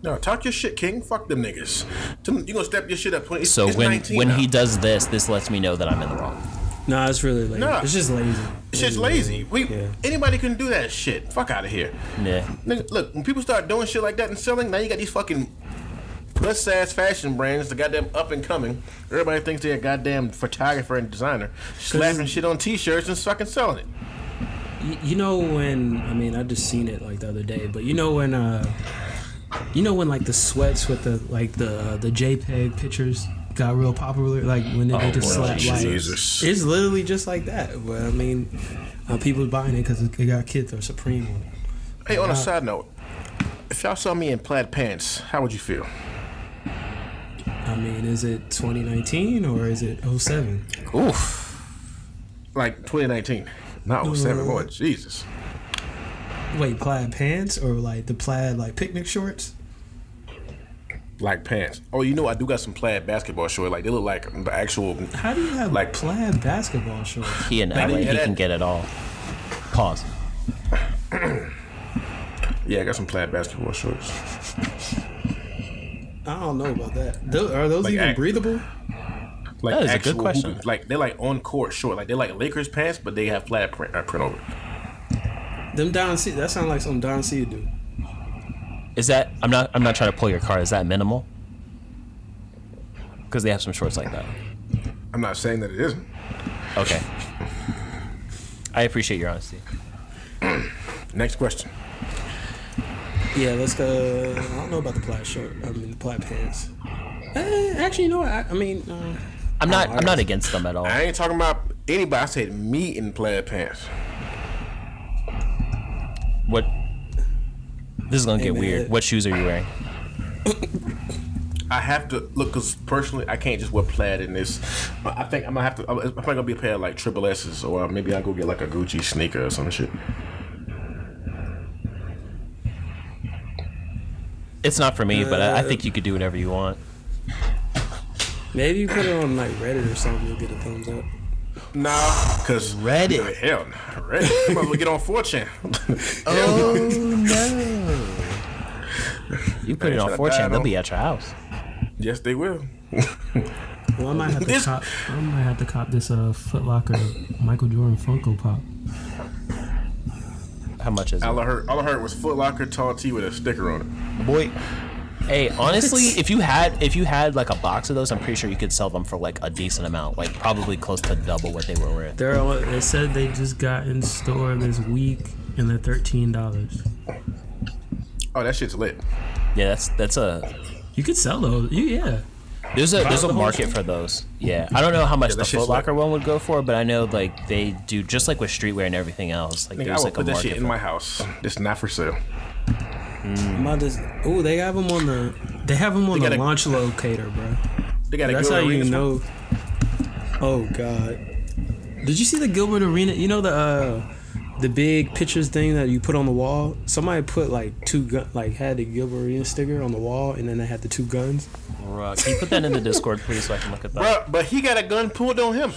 No, talk your shit, King. Fuck them niggas. Tell them- You gonna step your shit up? It's,
So
it's
when
19
when
now.
he does this, this lets me know that I'm in the wrong.
no, it's really lazy.
Nah.
It's just lazy.
shit's lazy. We
Yeah.
anybody can do that shit. Fuck out of here.
Yeah.
Nigga, look, when people start doing shit like that and selling, now you got these fucking plus size fashion brands, the goddamn up and coming. Everybody thinks they're a goddamn photographer and designer, slapping shit on t-shirts and fucking selling it.
Y- You know when I mean I just seen it like the other day, but you know when uh, you know when like the sweats with the like the uh, the JPEG pictures got real popular, like when they
Oh,
did the
boy,
slap like
Jesus.
it's literally just like that. But I mean, uh, people buying it because they got kids or Supreme on it.
Hey, on a side note, if y'all saw me in plaid pants, how would you feel?
I mean, is it 2019 or is it 07?
Oof. Like 2019. Not 07. Boy, Jesus.
Wait, plaid pants or like the plaid like picnic shorts?
Like pants. Oh, you know, I do got some plaid basketball shorts. Like, they look like the actual.
How do you have
Like-
like plaid basketball shorts?
He and
do
LA,
you
he
get
can
it?
get it all. Pause.
Yeah, I got some plaid basketball shorts.
I don't know about that. Tho- are those
Like
even
act-
breathable?
Like
That is a good
actual hoop-
question.
like they're like on court short. Like they're like Lakers pants, but they have plaid print, uh, print over. it.
Them Don C. That sounds like some Don C. do.
Is that I'm not I'm not trying to pull your car. Is that minimal? Because they have some shorts like that.
I'm not saying that it isn't.
Okay. I appreciate your honesty.
Next question.
Yeah, let's go. I don't know about the plaid shirt. I mean, the plaid pants. Eh, actually, you know what? I, I mean, uh,
I'm not
Oh, I
I'm not against them at all.
I ain't talking about anybody. I said me in plaid pants.
What? This is gonna get
man.
weird. What shoes are you wearing?
I have to look because personally, I can't just wear plaid in this. I think I'm gonna have to. I'm probably gonna be a pair of like triple S's, or maybe I'll go get like a Gucci sneaker or some shit.
It's not for me, but I, I think you could do whatever you want.
maybe you put it on like Reddit or something, you'll get a thumbs up.
Nah, because
Reddit.
Hell, no. Reddit. I'm about to get on
[laughs]
4chan.
Oh. You put
I
it
ain't
on
tryna
4chan,
die,
they'll
no.
be at your house.
yes, they will.
Well, I might have
This-
to cop. I might have to cop this uh Foot Locker Michael Jordan Funko Pop.
How much is it?
All I heard, all I heard was Foot Locker tall T with a sticker on it.
Boy. Hey, honestly, if you had if you had like a box of those, I'm pretty sure you could sell them for like a decent amount, like probably close to double what they were worth.
They're all- they said they just got in store this week and they're thirteen dollars.
Oh, that shit's lit.
Yeah, that's that's a
You could sell those. You, yeah.
there's a there's a market for those. Yeah, I don't know how much the
that shit's
Foot Locker one would go for, but I know like they do just like with streetwear and everything else. Like
Nigga, I
there's
will
like a
put that shit
market.
in my house. It's not for sale.
I'm about to. Oh, they have them on the. They have them on
They
the
gotta-
launch locator, bro.
They got a
That's how
Gilbert
you
Arenas one.
know. Oh God. Did you see the Gilbert Arena? You know the uh, the big pictures thing that you put on the wall. Somebody put like two gun, like had the Gilberian sticker on the wall, and then they had the two guns.
Bruh, can you put that in the Discord, please, so I can look at that?
Bro, but he got a gun pulled on him.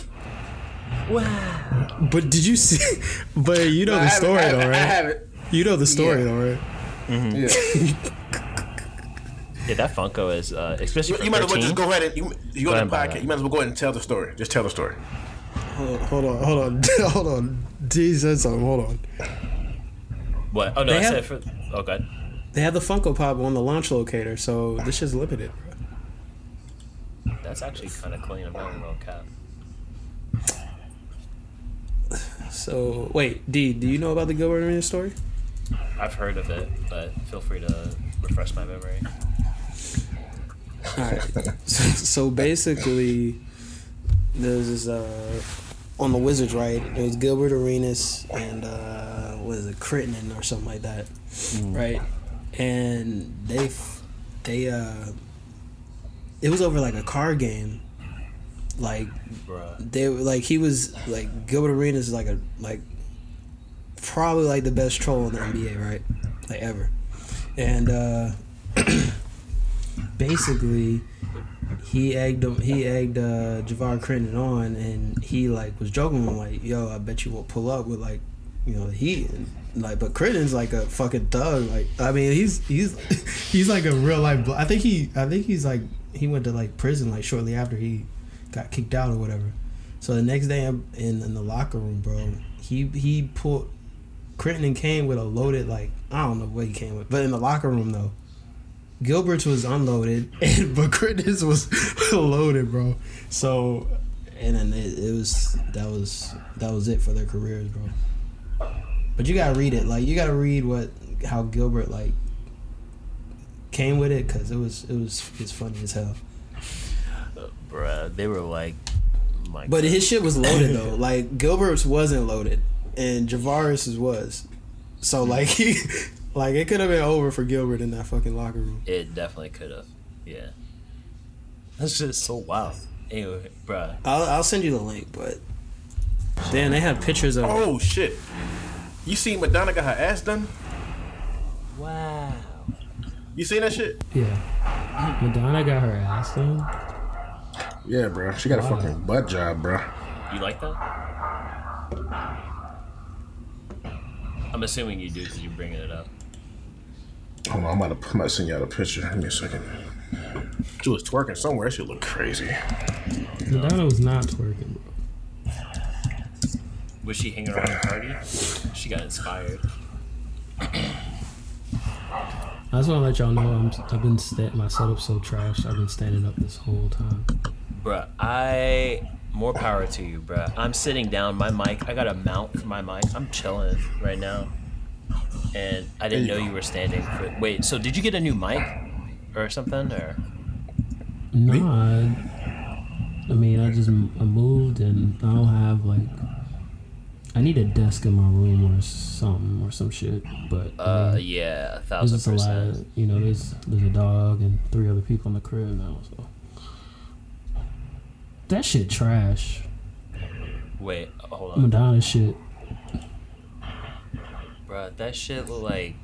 But did you see? [laughs] But you know
I
the
have it,
story,
I have
though,
it, I
right?
have it.
You know the story,
Yeah.
though, right?
Yeah.
Hmm. Yeah, that Funko is, uh, especially
You,
for
you might as well
13.
just go ahead and you, you
Go
go, to
ahead and
the
buy
podcast.
that.
You might as well go ahead and tell the story. Just tell the story.
Hold on, [laughs] hold on, hold on. Dee said something. Hold on.
What? Oh, no,
They
I said
have-
for... Oh, God.
They had the Funko Pop on the launch locator, so this shit's limited. bro.
That's actually kind of clean. I'm not even going to cap.
So wait, D, do you know about the Gilberian story?
I've heard of it, but feel free to refresh my memory.
All right. so, so basically, there's this uh, on the Wizards, right? It was Gilbert Arenas and uh, was it Crittenden or something like that, right? And they f- they uh, it was over like a card game, like
Bruh.
they were like he was like Gilbert Arenas is like a like probably like the best troll in the NBA, right? Like ever. And uh basically he egged him, he egged uh Javar Crittenden on and he like was joking with him like, yo, I bet you won't pull up with like you know, he like but Crittenden's like a fucking thug. Like I mean he's he's [laughs] he's like a real life bl- I think he I think he's like he went to like prison like shortly after he got kicked out or whatever. So the next day I'm in, in the locker room, bro, he he pulled Crittenden came with a loaded like I don't know what he came with, but in the locker room though, Gilbert's was unloaded, [laughs] and but Crittenden's was [laughs] loaded, bro. So and then it, it was that was that was it for their careers, bro. But you gotta read it, like you gotta read what how Gilbert like came with it because it was it was it's funny as hell.
Bruh, they were like... My God.
But his shit was loaded though. Like Gilbert's wasn't loaded, and Javaris's was. So like [laughs] he, like it could have been over for Gilbert in that fucking locker room.
It definitely could have. Yeah. That's just so wild. Anyway, bruh.
I'll, I'll send you the link, but damn, they had pictures of.
Oh shit! You seen Madonna got her ass done?
Wow.
You seen that shit?
Yeah. Madonna got her ass done.
Yeah, bro. She got a fucking butt job, bro.
You like that? I'm assuming you do because you're bringing it up.
Hold on, I'm about to, I'm about to send y'all a picture. Give me a second. She was twerking somewhere. That shit look crazy.
Madonna was not twerking, bro.
Was she hanging around the party? She got inspired.
I just want to let y'all know I'm, I've been sta- my setup's so trash. I've been standing up this whole time.
Bruh, I. More power to you, bruh. I'm sitting down, my mic. I got a mount for my mic. I'm chilling right now. And I didn't know you were standing for. Wait, so did you get a new mic or something? Or.
No, I, I mean I just m- I moved and I don't have like I need a desk in my room or something or some shit. But
Uh,
I mean,
yeah, a
there's
thousand
just a lot.
percent.
Of, you know, there's there's a dog and three other people in the crib now. So that shit trash.
Wait, hold on.
Madonna shit.
Bruh, that shit look like.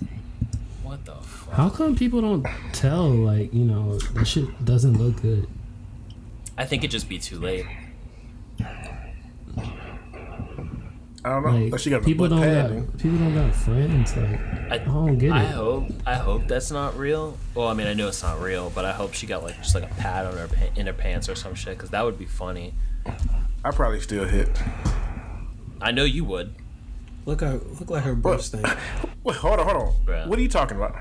What the fuck?
How come people don't tell? Like you know, that shit doesn't look good.
I think it'd just be too late.
I don't know.
Like
she got a
people
butt
don't
pad.
got
man.
people don't got friends. Like
I,
I don't get
I
it.
hope I hope that's not real. Well, I mean, I know it's not real, but I hope she got like just like a pad on her pa- in her pants or some shit, because that would be funny.
I probably still hit.
I know you would.
Look at look like her breath stank.
Wait, hold on, hold on.
Bruh.
What are you talking about?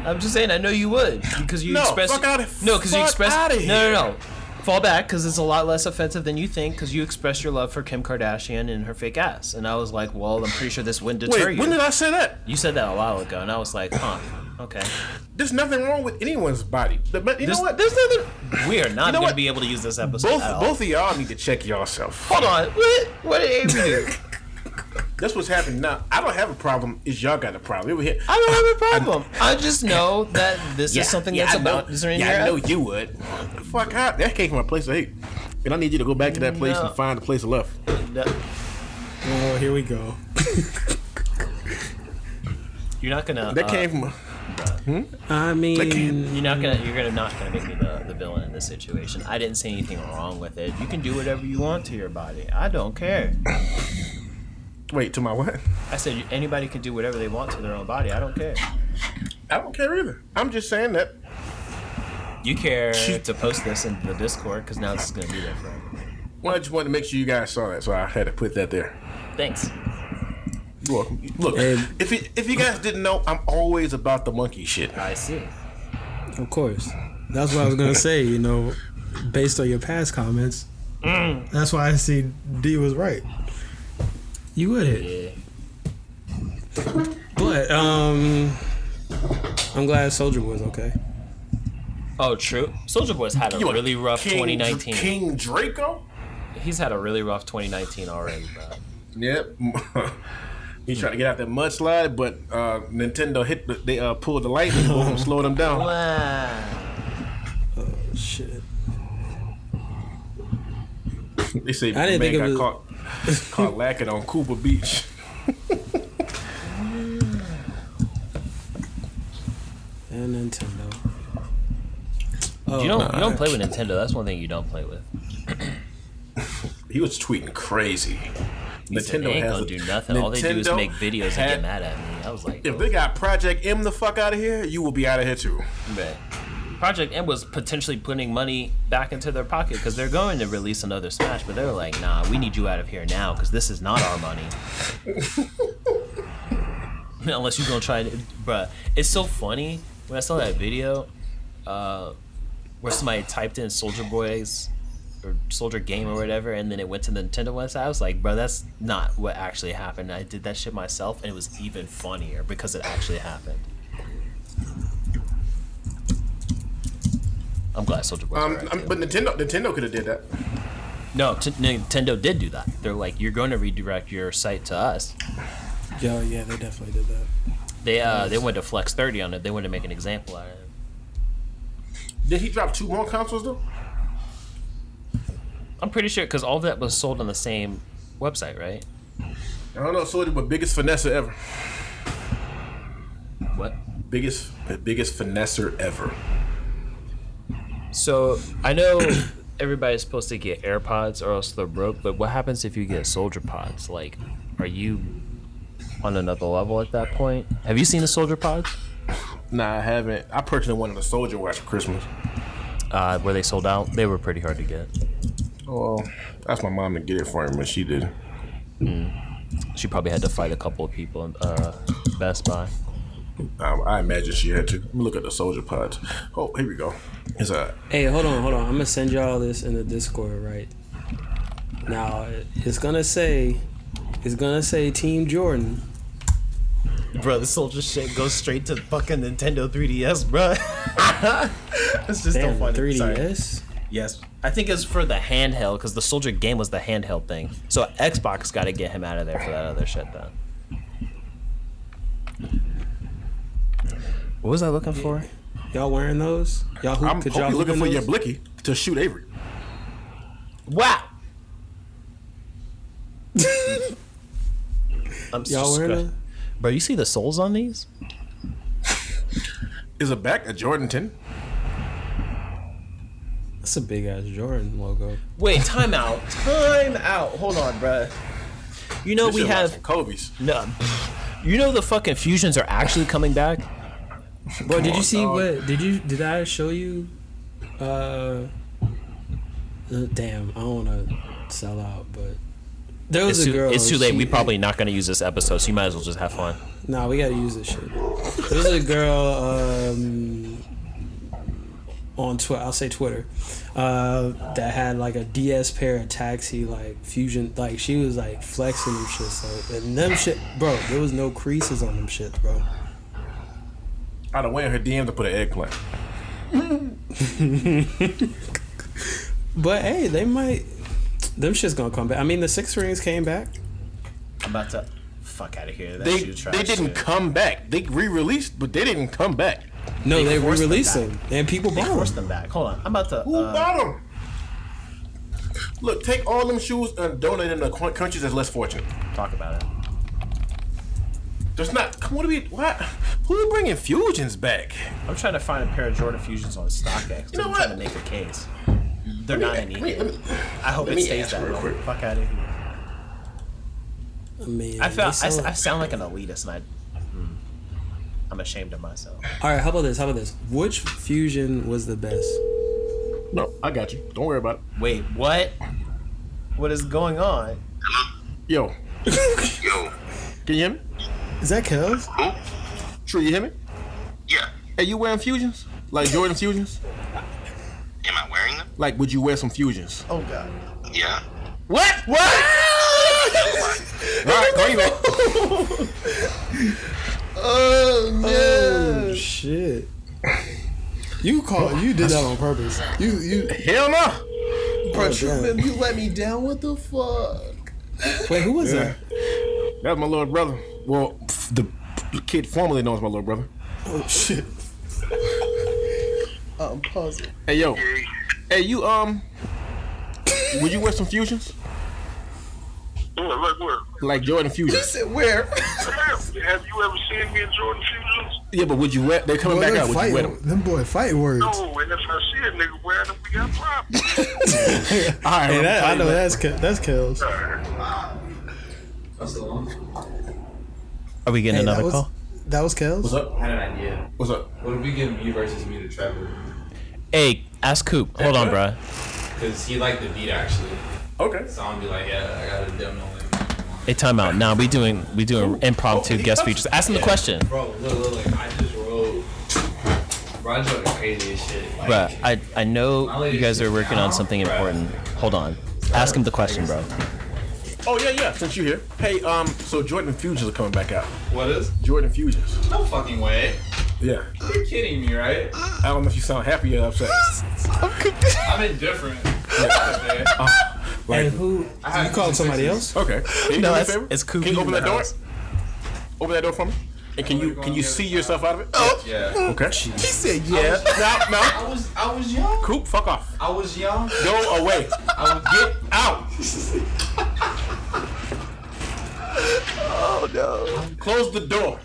I'm just saying, I know you would because you
No,
express
fuck outta-
no, because you
fuck
express
outta
no,
here.
no, no. Fall back because it's a lot less offensive than you think because you expressed your love for Kim Kardashian and her fake ass, and I was like, well, I'm pretty sure this wouldn't deter
Wait,
you.
when did I say that?
you said that a while ago, and I was like, huh, okay.
There's nothing wrong with anyone's body. The- But you
There's-
know what? There's nothing.
We are not going
know
to
what?
be able to use this episode.
Both
at all.
both of y'all need to check yourself.
Hold on. What? What did Amy do?
That's what's happening now. I don't have a problem. Is y'all got a problem? We were here.
I don't have a problem. I just know that this is something that's
I know-
about. Is there any
yeah, I know you would. Fuck out. That came from a place of hate. And I need you to go back to that place
No.
and find the place of love.
Oh, here we go.
You're not gonna.
That
uh,
came from.
I mean,
You're not gonna. You're gonna not gonna make me the, the villain in this situation. I didn't say anything wrong with it. You can do whatever you want to your body. I don't care.
Wait, to my what?
I said anybody can do whatever they want to their own body. I don't care.
I don't care either. I'm just saying that.
You [laughs] care to post this in the Discord because now this is gonna be there forever.
Well, I just wanted to make sure you guys saw that, so I had to put that there.
Thanks.
You're welcome. Look, if you, if you guys didn't know, I'm always about the monkey shit.
I see.
of course. That's what I was gonna say. You know, based on your past comments, that's why I see D was right.
You would hit.
Yeah.
But um, I'm glad Soldier Boy's okay.
Oh, true. Soldier Boy's had a
You a
really rough
King-
2019.
King Draco?
He's had a really rough 2019 already, bro.
[laughs] Yep. He's trying to get out that mudslide, but uh, Nintendo hit. The, they uh, pulled the lightning bolt and slowed him
[laughs]
down.
Wow.
Shit.
They say
I
man
didn't think
got
it
caught caught lacking on Cooper Beach.
And Nintendo.
You don't you don't play with Nintendo. That's one thing you don't play with.
He was tweeting crazy.
Nintendo
Nintendo
ain't
has
gonna
a-
do nothing. All they do is
Nintendo
make videos and
had-
get mad at me. I was like,
If they got Project M the fuck out of here, you will be out of here too.
Right. Project M was potentially putting money back into their pocket because they're going to release another Smash, but they're like, nah, we need you out of here now because this is not our money. [laughs] Unless you're gonna try to, bruh. It's so funny when I saw that video uh, where somebody typed in Soldier Boys or Soldier Game or whatever, and then it went to the Nintendo website. I was like, bruh, that's not what actually happened. I did that shit myself, and it was even funnier because it actually happened. I'm glad Soldier Boys.
Um,
are
um,
active.
but Nintendo, Nintendo could have did that.
No, t- Nintendo did do that. They're like, you're going to redirect your site to us.
Yo, yeah, they definitely did that.
They uh, they went to Flex 30 on it. They wanted to make an example out of it.
Did he drop two more consoles though?
I'm pretty sure because all of that was sold on the same website, right?
I don't know. So it was biggest finesser ever.
What?
Biggest, biggest finesser ever.
So I know everybody's supposed to get AirPods or else they're broke. But what happens if you get Soldier Pods? Like, are you on another level at that point? Have you seen the Soldier Pods?
Nah, I haven't. I purchased one of the Soldier Watch for Christmas.
Uh, were they sold out? They were pretty hard to get.
Oh, well, that's my mom to get it for him, but she did.
She probably had to fight a couple of people in uh, Best Buy.
Um, I imagine she had to. Let me look at the Soldier Pods. Oh, here we go. It's a
Hey, hold on, hold on. I'm gonna send y'all this in the Discord right now. it- It's gonna say, it's gonna say Team Jordan.
Bro, the soldier shit goes straight to fucking Nintendo 3DS, bro. [laughs] it's just
Damn,
so funny.
3DS.
Yes. I think it's for the handheld because the soldier game was the handheld thing. So Xbox got to get him out of there for that other shit, then. What was I looking for?
Y'all wearing those? Y'all hoop?
I'm
could
hope
y'all
you
hoop
looking
in
for
those?
your blicky to shoot Avery.
[laughs] Wow. I'm
Y'all wearing
scratch-
them?
Bro, you see the soles on these?
Is it back at Jordan 10?
That's a big ass Jordan logo.
Wait, time out. Time out. Hold on, bruh. You know we have
Kobe's.
No. You know the fucking fusions are actually coming back?
Bro, did you see
dog.
what? Did you? Did I show you? Uh, uh, damn, I don't wanna sell out, but there was
It's
a
too,
girl.
it's too late.
she-
we probably not going to use this episode, so you might as well just have fun.
Nah, we gotta use this shit. There's a girl um, on Twitter. I'll say Twitter uh, that had like a DS pair of taxi like fusion. Like she was like flexing them shit. So and them shit, bro. There was no creases on them shit, bro.
I'd have went in her DM to put an eggplant.
But hey, they might. Them shit's gonna come back. I mean, the six rings came back.
I'm about to fuck out of here. That
They, they didn't come back. They re-released, but they didn't come back.
No, they,
forced them
released
back.
them, and people bought them.
them back. Hold on. I'm about to. uh,
Who bought them? Look, take all them shoes and donate them to co- countries that's less fortunate.
talk about it.
There's not. Come on, what are we? What? Who are bringing fusions back?
I'm trying to find a pair of Jordan Fusions on StockX.
You know
I'm
what?
trying to make a case. They're not
Let
in
me-
any.
let me- let me-
I hope
let
it
me
stays
ask
that
real
way.
quick.
Fuck out of here.
I mean,
I feel I,
they sell-
s- I sound like an elitist, and I, mm, I'm ashamed of myself.
all right. How about this? How about this? Which fusion was the best?
No, I got you. Don't worry about it.
Wait, what? What is going on?
Yo,
Yo,
can you hear me?
Is that Kels?
who?
True, you hear me?
Yeah.
Hey, you wearing fusions? Like Jordan fusions?
Am I wearing them?
Like, would you wear some fusions?
Oh god.
Yeah.
What? [laughs] What? All right, call you back.
Oh shit! You call you did that on
[laughs]
purpose. You you
Hell no.
oh, damn.
You let me down. What the fuck?
wait. Who was that?
That's my little brother. Well, f- the kid formerly known as my little brother.
Oh shit! Uh,
I'm puzzled.
Hey, yo. Hey, you, um, would you wear some fusions?
What? Like what?
Like Jordan fusions?
said where?
Have you ever seen me in Jordan Fusions?
Yeah, but would you wear, they're coming back out. Would you wear them?
them boy fight words.
No, and if I see a nigga wearing them, we got problems.
All right,
Hey,
I'm
that, I
calling
know
you back.
that's Ke- that's Kels.
Are we getting
Hey, that
another
was
call?
that was Kels.
I had an idea.
What's up?
What if we give you versus me to Trevor?
Hey, ask Coop. Hold on, bruh.
Because he liked the beat actually.
Okay.
So I'm gonna be like, yeah, I got a demo.
Hey, timeout. Now we doing we doing impromptu guest features. Ask him the question,
Bro, look, look, look, I just wrote. Bro, I just wrote the craziest shit. Like,
bruh. I I know you guys are working on something important. Hold on. Ask him the question, bro.
Oh, yeah, yeah, since you're here. Hey, um, so Jordan fusions are coming back out.
What is?
Jordan fusions.
No fucking way.
Yeah.
You're kidding me, right?
I don't know if you sound happy or upset.
I'm indifferent.
Like,
Who
I
you called somebody else?
Okay. Can you
No,
do me a
it's-
favor?
it's Coop
Can you
in
open
the
that door?
house.
Open that door for me. And can you can you see yourself out of it?
[laughs]
Oh.
Yeah.
Okay. He said yeah. No, no.
I was, I was young.
Coop, fuck off.
I was young.
Go away.
I was
Get out. oh no. Close the door.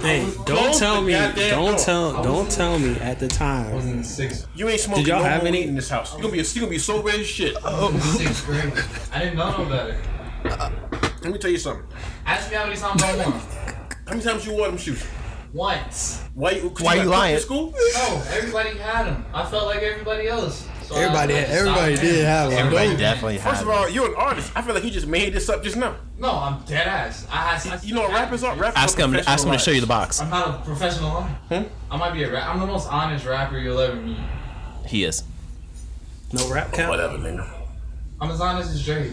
Hey, don't
Close
tell
the
me.
goddamn
Don't
door.
tell. Don't tell me at the time.
in sixth,
You ain't smoking
Did y'all
no
have
more
any-
weed in this house. You gonna be you gonna be so red as shit.
sixth grade. I didn't know no better.
Let me tell you something.
Ask me how many times I [laughs] won.
How many times you wore them shoes?
Once.
Why you? 'cause
Why
got
you
cooked
lying?
in School?
No, everybody had them. I felt like everybody else. So I-
Everybody
I
had-
just
everybody
stopped there.
did have 'em.
Everybody
Don't-
did.
Definitely.
First of all, you're an artist. I feel like you just made this up just now.
No, I'm dead ass. I had. I-
You know what rappers are? Rappers
ask
are
him. Ask him to
professional
show you the
liars.
box.
I'm not a professional. Hmm? I might be a rap. I'm the most honest rapper you'll ever meet.
He is.
No rap count.
Whatever, nigga.
I'm as honest as Drake.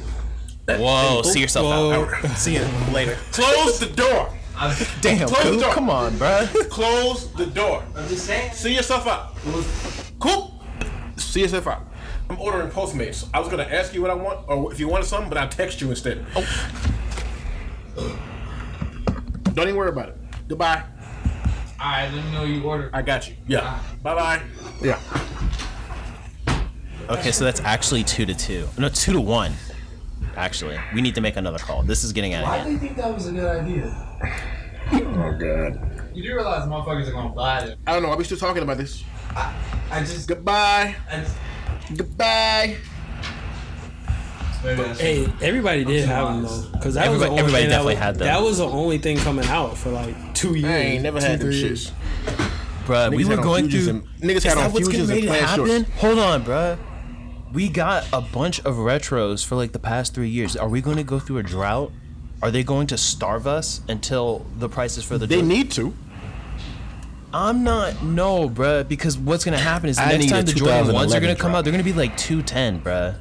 Whoa. See yourself out. [laughs]
See you later. Close the door.
I've,
Damn.
Close the
Coop,
door.
Come on, bruh.
Close the door.
[laughs] I'm just saying.
See yourself out. Cool. See yourself out. I'm ordering Postmates. I was gonna ask you what I want, or if you wanted something, but I'll text you instead. Oh. Don't even worry about it. Goodbye.
All right, let me know you order.
I got you. Yeah. Bye bye. Yeah.
Okay, so that's actually two to two. No, two to one. Actually, we need to make another call. This is getting out of
Why do
hand.
you think that was a good idea?
Oh god.
You do realize motherfuckers are gonna buy it.
I don't know. Are we still talking about this?
I just.
Goodbye.
I just
Goodbye.
maybe I should-
Hey, everybody did have them though, because that was the
Everybody-
only
everybody
thing
definitely
that was,
had them.
That was the only thing coming out for like two years.
I ain't never had them shits.
Bruh, we
Niggas
were
had on
going
fusions
through.
and- niggas
Is
had
that
on
what's
fusions
getting ready
and
to
plaid
happen?
shorts.
Hold on, bruh. We got a bunch of retros for like the past three years. Are we going to go through a drought? Are they going to starve us until the prices for the?
They
dro-
need to.
I'm not no, bruh. Because what's going to happen is the
I
next
need
time
a
the Jordan ones are
2011
going to come
drop.
out, they're going to be like two ten, bruh.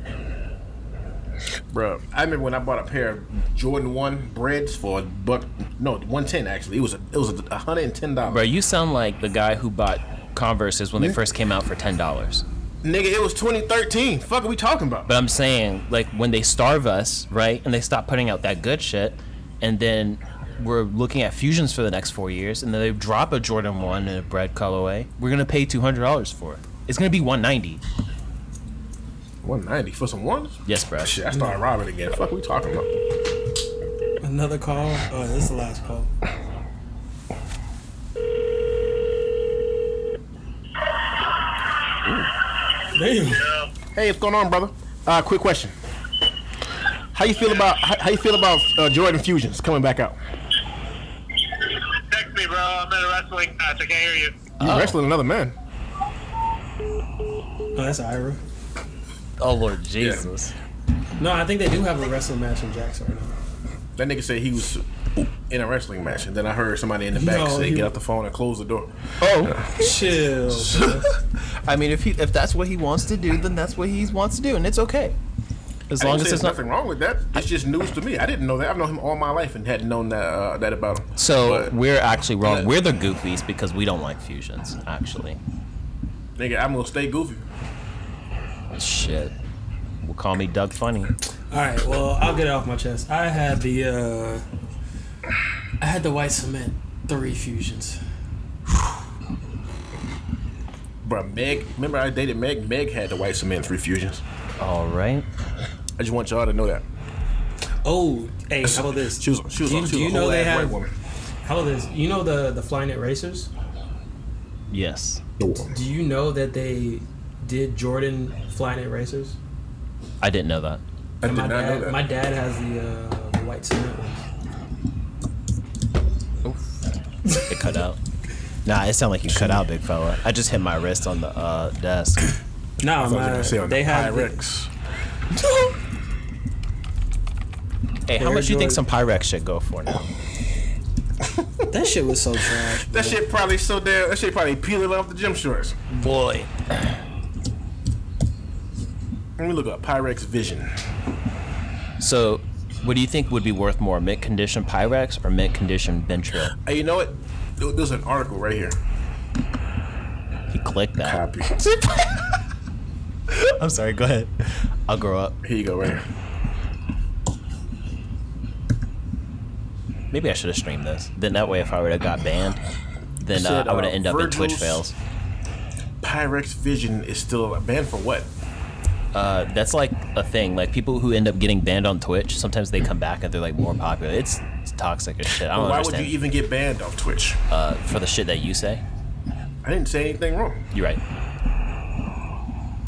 Bro, I remember when I bought a pair of Jordan One breads for a buck, no, one ten actually. It was a, it was a hundred and ten dollars.
Bruh, you sound like the guy who bought Converse's
Hmm?
when they first came out for ten dollars.
Nigga, it was twenty thirteen. Fuck, are we talking about?
But I'm saying, like, when they starve us, right, and they stop putting out that good shit, and then we're looking at fusions for the next four years, and then they drop a Jordan one and a bread colorway, we're gonna pay two hundred dollars for it. It's gonna be one ninety.
One ninety for some ones.
Yes, bro.
Shit, I started robbing again. Fuck, we talking about?
Another call. Oh, this is the last call. Damn.
Hey, what's going on, brother? Uh, quick question. How you feel about how, how you feel about uh, Jordan Fusions coming back out?
Text me, bro. I'm at a wrestling match. I can't hear you.
Oh.
You wrestling another man.
No, that's Ira.
Oh Lord Jesus.
No, I think they do have a wrestling match in Jackson right now.
That nigga said he was in a wrestling match, and then I heard somebody in the back
No,
say,
he-
"Get out the phone and close the door."
Oh,
Chill.
I mean, if he if that's what he wants to do, then that's what he wants to do, and it's okay. As
I
long
didn't
as
say
it's not.
nothing wrong with that. It's just news to me. I didn't know that. I've known him all my life and hadn't known that uh, that about him.
So
But-
we're actually wrong.
Yeah.
We're the goofies because we don't like fusions. Actually,
nigga, I'm gonna stay goofy.
shit. Well, call me Doug Funny.
All right, well, I'll get it off my chest. I had the uh I had the white cement three fusions.
Bruh, Meg, remember I dated Meg? Meg had the white cement three fusions.
All right.
I just want y'all to know that.
Oh, hey, how about this?
She was, she was,
Do you-
she
do
was
you
a
know
whole
they
ass
have-
white woman.
How about this? You know the the Flynet Racers?
Yes,
Do you know that they did Jordan Flynet Racers?
I didn't know that.
I did
My
not know
dad,
that.
my dad has the, uh, the white cement ones.
It cut out. Nah, it sounded like you cut out, big fella. I just hit my wrist on the uh, desk.
No,
I was
my,
gonna say on
they
the
have the-
Pyrex.
Hey, how
Air
much do you think some
Jordan.
Pyrex should go for now?
that shit was so trash.
That shit probably so damn. That shit probably peeling off the gym shorts.
Boy,
Let me look up Pyrex Vision.
So, what do you think would be worth more, mint condition Pyrex or mint condition Ventrilo?
Hey, you know what? There- There's an article right here.
He clicked that.
Copy.
I'm sorry. Go ahead. I'll grow up.
Here you go, right here.
Maybe I should have streamed this. Then that way, if I would have got banned, then uh,
Said,
I would
uh,
have ended up in Twitch
Virgil's-
fails.
Pyrex Vision is still banned for what?
Uh, that's like a thing. Like people who end up getting banned on Twitch, sometimes they come back and they're like more popular. It's, it's toxic as shit. I don't
Why
understand.
would you even get banned off Twitch?
uh, for the shit that you say,
I didn't say anything wrong.
you're right.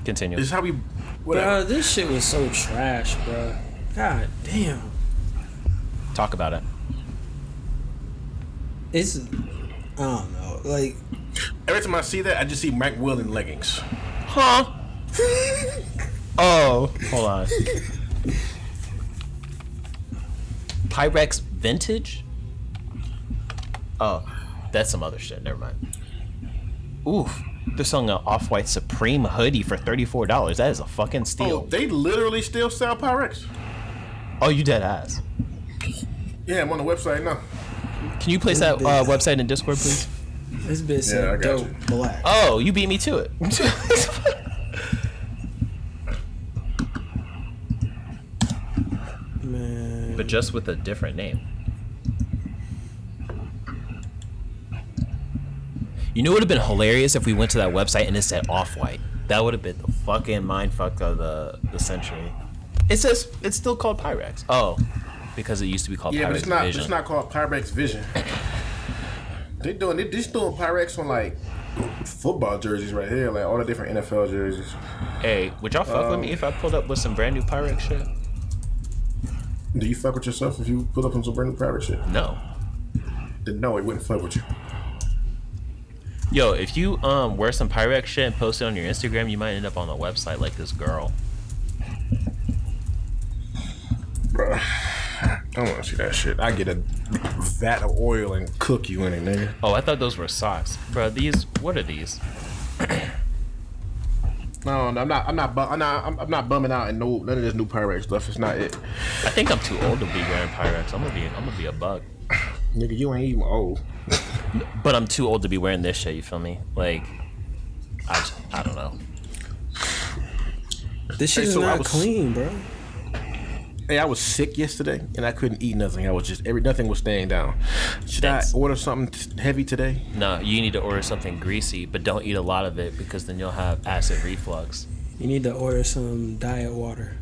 Continue.
This is how we.
Bro,
Whatever.
this shit was so trash, bro. God damn.
Talk about it.
It's I don't know. Like
Every time I see that, I just see Mike Will in leggings.
[laughs] Huh? oh, hold on. Pyrex Vintage? Oh, that's some other shit. Never mind. Oof. They're selling an off white Supreme hoodie for $34. That is a fucking
Oh,
steal.
they literally still sell Pyrex.
Oh, you dead ass.
Yeah, I'm on the website now.
Can you place that uh, website in Discord, [laughs] please?
this bitch said
Yeah, I got
dope
you.
black.
Oh, you beat me to it. [laughs]
Uh,
Man.
but just with a different name. You know, it would have been hilarious if we went to that website and it said off white. That would have been the fucking mind fuck of the, the century. It says it's still called Pyrex. Oh, because it used to be called
Yeah,
Pyrex.
but it's not.
Vision.
It's not called Pyrex [coughs] Vision. they doing. They just doing Pyrex on like football jerseys right here, like all the different NFL jerseys.
Hey, would y'all fuck with me if I pulled up with some brand new Pyrex shit?
Do you fuck with yourself if you put up on some brand new Pyrex shit?
No.
Then no, it wouldn't fuck with you.
Yo, if you um wear some Pyrex shit and post it on your Instagram, you might end up on the website like this girl.
Bruh. I don't want to see that shit. I get a vat of oil and cook you in it, nigga.
Oh, I thought those were socks, bro. These, what are these?
No, no, I'm not. I'm not. Bu- I'm not. I'm, I'm not bumming out and no none of this new Pyrex stuff. It's not it,
I think I'm too old to be wearing Pyrex. I'm gonna be I'm gonna be a bug.
nigga. You ain't even old.
But I'm too old to be wearing this shit. You feel me? Like, I just, I don't know.
This shit
Hey,
is
so I
not
was-
clean, bro.
Hey, I was sick yesterday and I couldn't eat nothing. I was just every nothing was staying down. Should
That's-
I order something t- heavy today?
No, you need to order something greasy, but don't eat a lot of it because then you'll have acid reflux.
You need to order some diet water.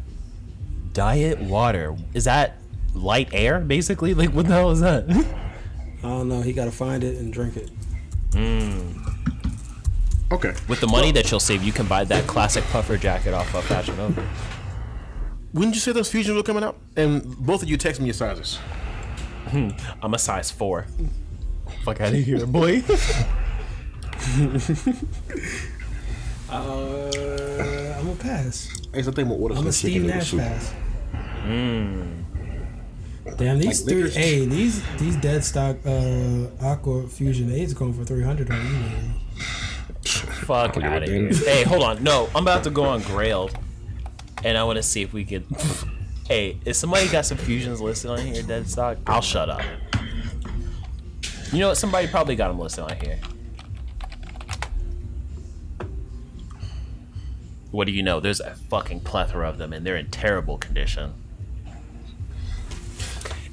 Diet water is that light air basically? Like, what the hell is that? [laughs]
I don't know. He gotta find it and drink it.
Okay.
With the money that you'll save, you can buy that classic puffer jacket off of Fashion Nova.
When did you say those fusions were coming out? And both of you text me your sizes.
I'm a size four. Fuck out of here, boy.
Uh, I'm gonna pass.
Hey, so I think we'll order
I'm
some
gonna Steve
chicken and
Nash
soup.
pass.
Mm.
Damn these
Like
three.
niggas.
Hey, these these dead stock uh, aqua fusion aids going for three hundred on eBay.
Fuck out of here. Hey, hold on. No, I'm about to go on Grail, and I want to see if we could. hey, if somebody got some fusions listed on here, dead stock, I'll shut up. You know what? Somebody probably got them listed on here. What do you know? There's a fucking plethora of them, and they're in terrible condition.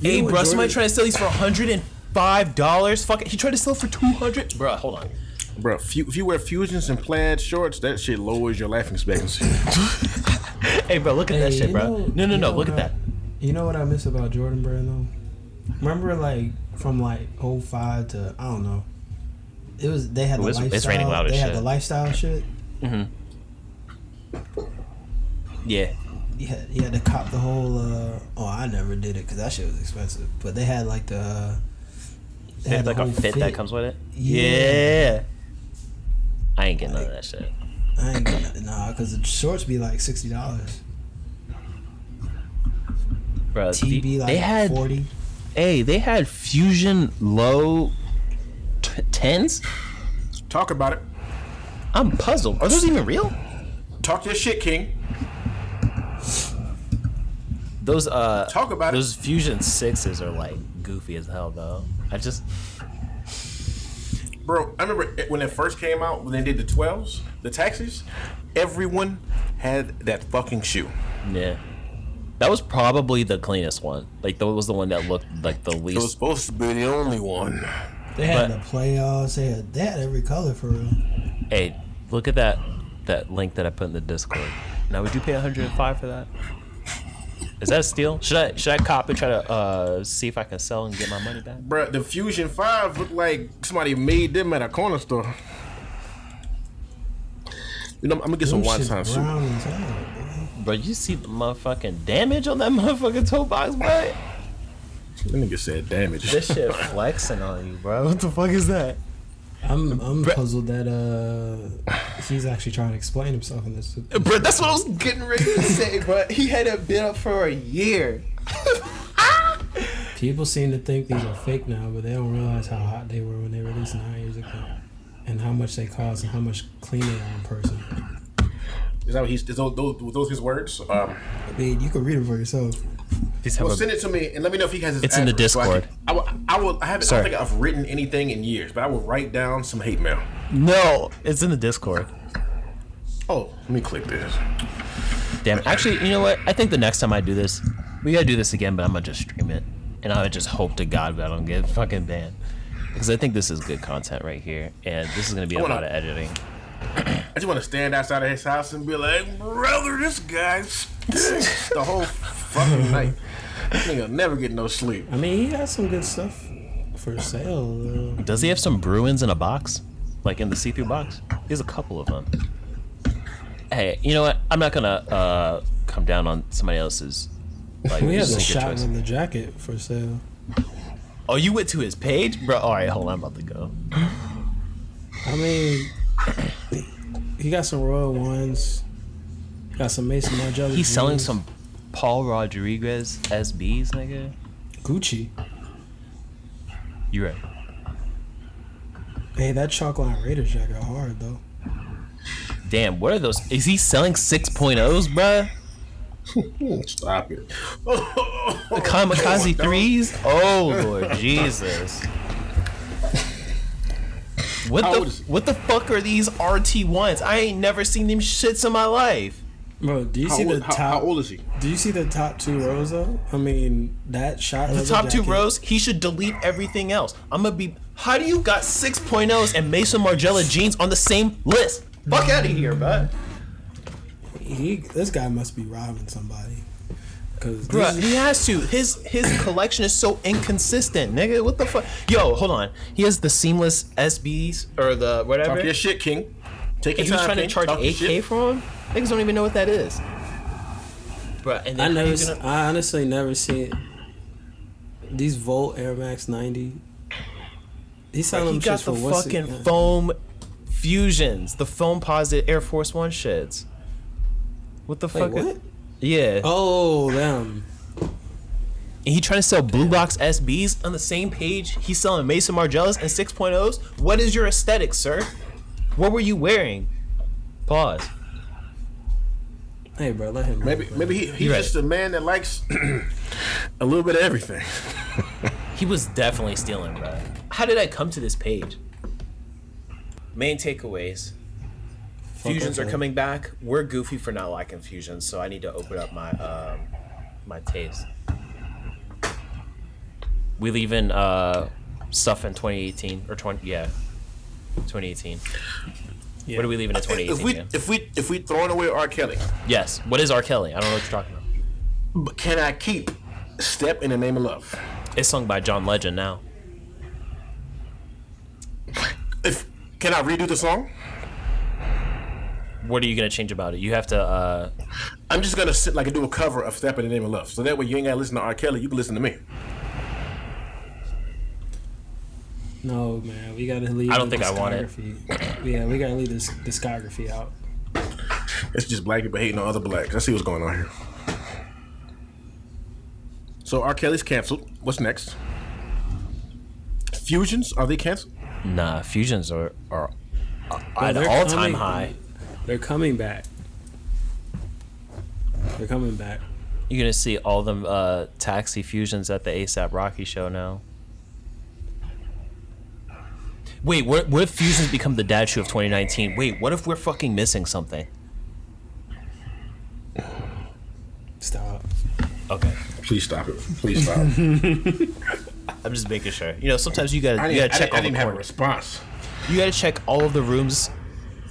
hey,
know what,
bro, somebody
Jordan-
trying to sell these for 105 dollars. Fuck it, he tried to sell it for 200. Bro, hold on.
Bro, if you, if you wear fusions and plaid shorts, that shit lowers your life
[laughs]
expectancy.
Hey, bro, look at that
Hey,
shit,
you
bro.
know-
no, no,
you
no,
know
look at
what
that.
You know what I miss about Jordan Brand though? Remember like from like 05 to I don't know. It was they had
Ooh,
the
it's-
lifestyle.
it's raining loud as
they had
shit.
the lifestyle shit.
Yeah.
You had, you had to cop the whole. Uh, oh, I never did it because that shit was expensive. But they had like the. Uh, they
They have
the
like a
whole
fit, that comes with it.
Yeah.
I ain't getting none of that shit.
I ain't gonna, nah, because the shorts be like sixty dollars.
Bro,
T be like
they had
forty.
hey, they had fusion low t- tens.
Talk about it.
I'm puzzled. Are those even real?
Talk your shit, King.
Those uh,
Talk about it.
those fusion sixes are like goofy as hell though. I just
Bro, I remember it- when it first came out, when they did the 12s, the taxis, everyone had that fucking shoe.
yeah. That was probably the cleanest one. Like that was the one that looked like the
It was
least.
supposed to be the only one.
They had
but-
the playoffs. They had that every color for real.
Hey, look at that that link that I put in the Discord. Now would you pay 105 for that? Is that a steal? Should I should I cop and try to uh, see if I can sell and get my money back?
Bro, the Fusion 5 looked like somebody made them at a corner store. You know, I'm gonna get some
Them
one
shits
time soup.
brown as hell, boy.
Bro, you see the motherfucking damage on that [laughs] motherfucking toe box, boy?
That nigga said damage.
This shit flexing on you, bro. What the fuck is that?
I'm I'm puzzled that uh he's actually trying to explain himself in this.
Bro, that's what I was getting ready to say, bro. He had it been up for a year.
People seem to think these are fake now, but they don't realize how hot they were when they released nine years ago, and how much they cost and how much clean they are in person.
Is that what he's, is those, those, those his words? Um,
I mean, you can read it for yourself.
well, send it to me and let me know if he has his
It's in the
address, so I can-
Discord.
I, will, I will, I haven't, I
Sorry.
don't think I've written anything in years, but I will write down some hate mail.
No, it's in the Discord.
Oh, let me click this.
Damn. Actually, you know what? I think the next time I do this, we gotta do this again, but I'm gonna just stream it. And I would just hope to God that I don't get fucking banned. Because I think this is good content right here. And this is gonna be a
Hold
lot
on.
of editing.
I just want to stand outside of his house and be like, brother, this guy stinks the
[laughs]
whole fucking night. Nigga never get no sleep.
I mean, he has some good stuff for sale.
Does he have some Bruins in a box? Like in the see through box? He has a couple of them. Hey, you know what? I'm not gonna uh, come down on somebody else's.
[laughs]
Like,
Though. We have
sneaker
a shot
choice.
in the jacket for sale.
Oh, you went to his page, bro. All right, hold on, I'm about to go.
I mean, he got some royal ones. He got some Mason Margiela.
He's selling some Paul Rodriguez SBs, nigga.
Gucci.
You right?
Hey, that chocolate line Raiders jacket hard though.
Damn, what are those? Is he selling 6.0s, bruh?
Stop it.
The Kamikaze
[laughs]
threes? Oh Lord Jesus! What
How
the
old is he?
what the fuck are these RT ones? I ain't never seen them shits in my life.
Bro, do you
How
see
old,
the
how,
top?
how old is he?
Do you see the top two rows though? I mean, that shot.
The top two rows, he should delete everything else. I'm gonna be. How do you got 6.0s and Mason Margella jeans on the same list? Fuck out of here, bruh.
He, this guy must be robbing somebody. Cause
Bruh,
this-
he has to. His his collection is so inconsistent, nigga. What the fuck? Yo, hold on. He has the seamless SBs or the whatever.
Talk your shit, King.
Take your
And he was
time,
trying to
King.
charge
Talk your
AK
shit.
for him. Niggas don't even know what that is. Bruh, and then how
I never,
you
s-
gonna-
I honestly never seen these Volt Air Max 90. He selling
he
them
got
shit for
the
what's it-
fucking foam fusions, the foam posit Air Force One shits. What the fuck?
Wait, what?
Yeah.
Oh, them.
And he trying to sell Blue Box SBs on the same page. He's selling Mason Margellas and 6.0s. What is your aesthetic, sir? What were you wearing? Pause.
Hey, bro, let him.
Maybe maybe he, he's
You're right.
just a man that likes [clears throat] a little bit of everything.
He was definitely stealing, bro. How did I come to this page? Main takeaways. Fusions are
okay.
coming back. We're goofy for not liking fusions, so I need to open up my um, my taste. We leaving uh, stuff in 2018 or 20 yeah, 2018. What are we leaving in 2018?
Uh, If we
yeah?
if we if we throwing away R. Kelly,
Yes. What is R. Kelly? I don't know what you're talking about.
but can I keep Step in the Name of Love?
It's sung by John Legend now.
If can I redo the song?
What are you gonna change about it? You have to. Uh,
I'm just gonna sit like and do a cover of Step in the Name of Love. So that way you ain't gotta listen to R. Kelly, you can listen to me.
No, man, we gotta leave.
I don't
the
think I want it.
discography. Yeah, we gotta leave this discography out.
It's just black people hating on other blacks. Let's see what's going on here. So R. Kelly's canceled. What's next? Fusions, are they canceled?
nah, fusions are are at
they're
all time
coming.
high.
They're coming back. They're coming back.
You're gonna see all them uh, taxi fusions at the ASAP Rocky show now. Wait, what, what if fusions become the dad shoe of 2019? Wait, what if we're fucking missing something?
Stop.
Okay,
Please stop it. Please [laughs] stop.
I'm just making sure. You know, sometimes you gotta
I
you
didn't,
gotta check
I
all
didn't
the
have a
corners.
response.
You gotta check all of the rooms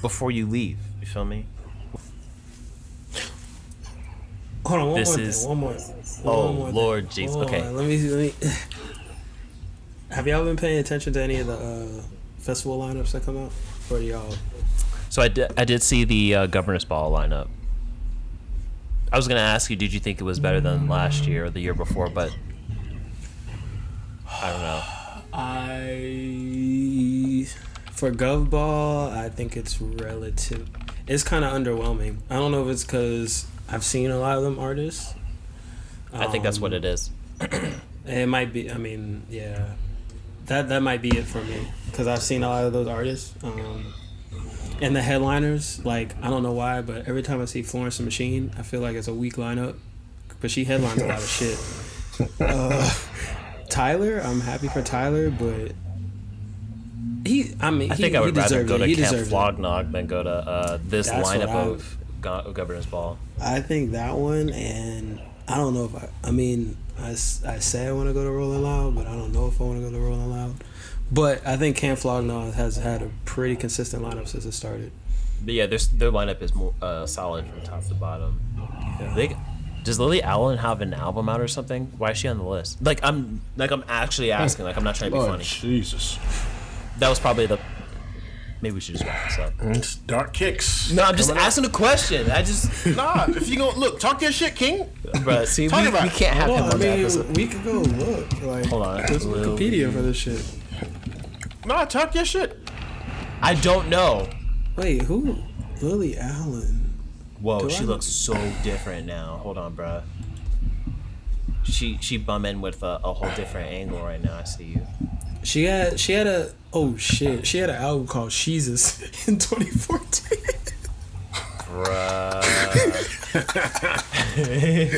before you leave. You feel me?
Hold on, one
This
more
is-
thing. One more.
Oh,
one more thing.
Lord Jesus.
Hold
Okay.
on, Let me. [sighs] Let me. Have y'all been paying attention to any of the uh, festival lineups that come out, or y'all?
So I did, I did see the uh, Governor's Ball lineup. I was going to ask you, did you think it was better than last year or the year before? But I don't know.
I for gov ball, I think it's relative. It's kind of underwhelming. I don't know if it's because I've seen a lot of them artists.
I think that's what it is.
It might be. I mean, yeah, that that might be it for me because I've seen a lot of those artists. Um, and the headliners, like I don't know why, but every time I see Florence and Machine, I feel like it's a weak lineup, but she headlines a lot of shit. Uh, Tyler, I'm happy for Tyler, but he, I mean,
I
he,
think I
Um, he
would rather
deserves
go
it.
to
he
Camp
deserves it.
Flognog than go to uh, this
That's what
lineup
I-
of Go- Governor's Ball.
I think that one, and I don't know if I. I mean, I, s- I say I want to go to Rolling Loud, but I don't know if I want to go to Rolling Loud. But I think Camp Flognaw has had a pretty consistent lineup since it started.
But yeah, there's, their lineup is more uh, solid from top to bottom. They, does Lily Allen have an album out or something? Why is she on the list? Like I'm like I'm actually asking. Like I'm not trying to be
Oh,
funny.
Jesus.
That was probably the. Maybe we should just wrap this up.
It's dark kicks. [laughs]
No, I'm just
Coming up.
asking a question. I [laughs] just,
Nah, if you gonna look, talk your shit, King.
bro. See, we,
Talk about
we
it.
can't have
Well,
him
I
on the
mean,
episode.
we could go look. Like,
Hold on.
there's Wikipedia for this shit.
Nah, talk your shit.
I don't know.
Wait, who? Lily Allen.
Whoa,
Do
she
I-
looks so different now. Hold on, bruh. She she bum in with a, a whole different angle right now. I see you.
She had she had a oh shit she had an album called Jesus [laughs] in 2014.
Bruh.
Yeah,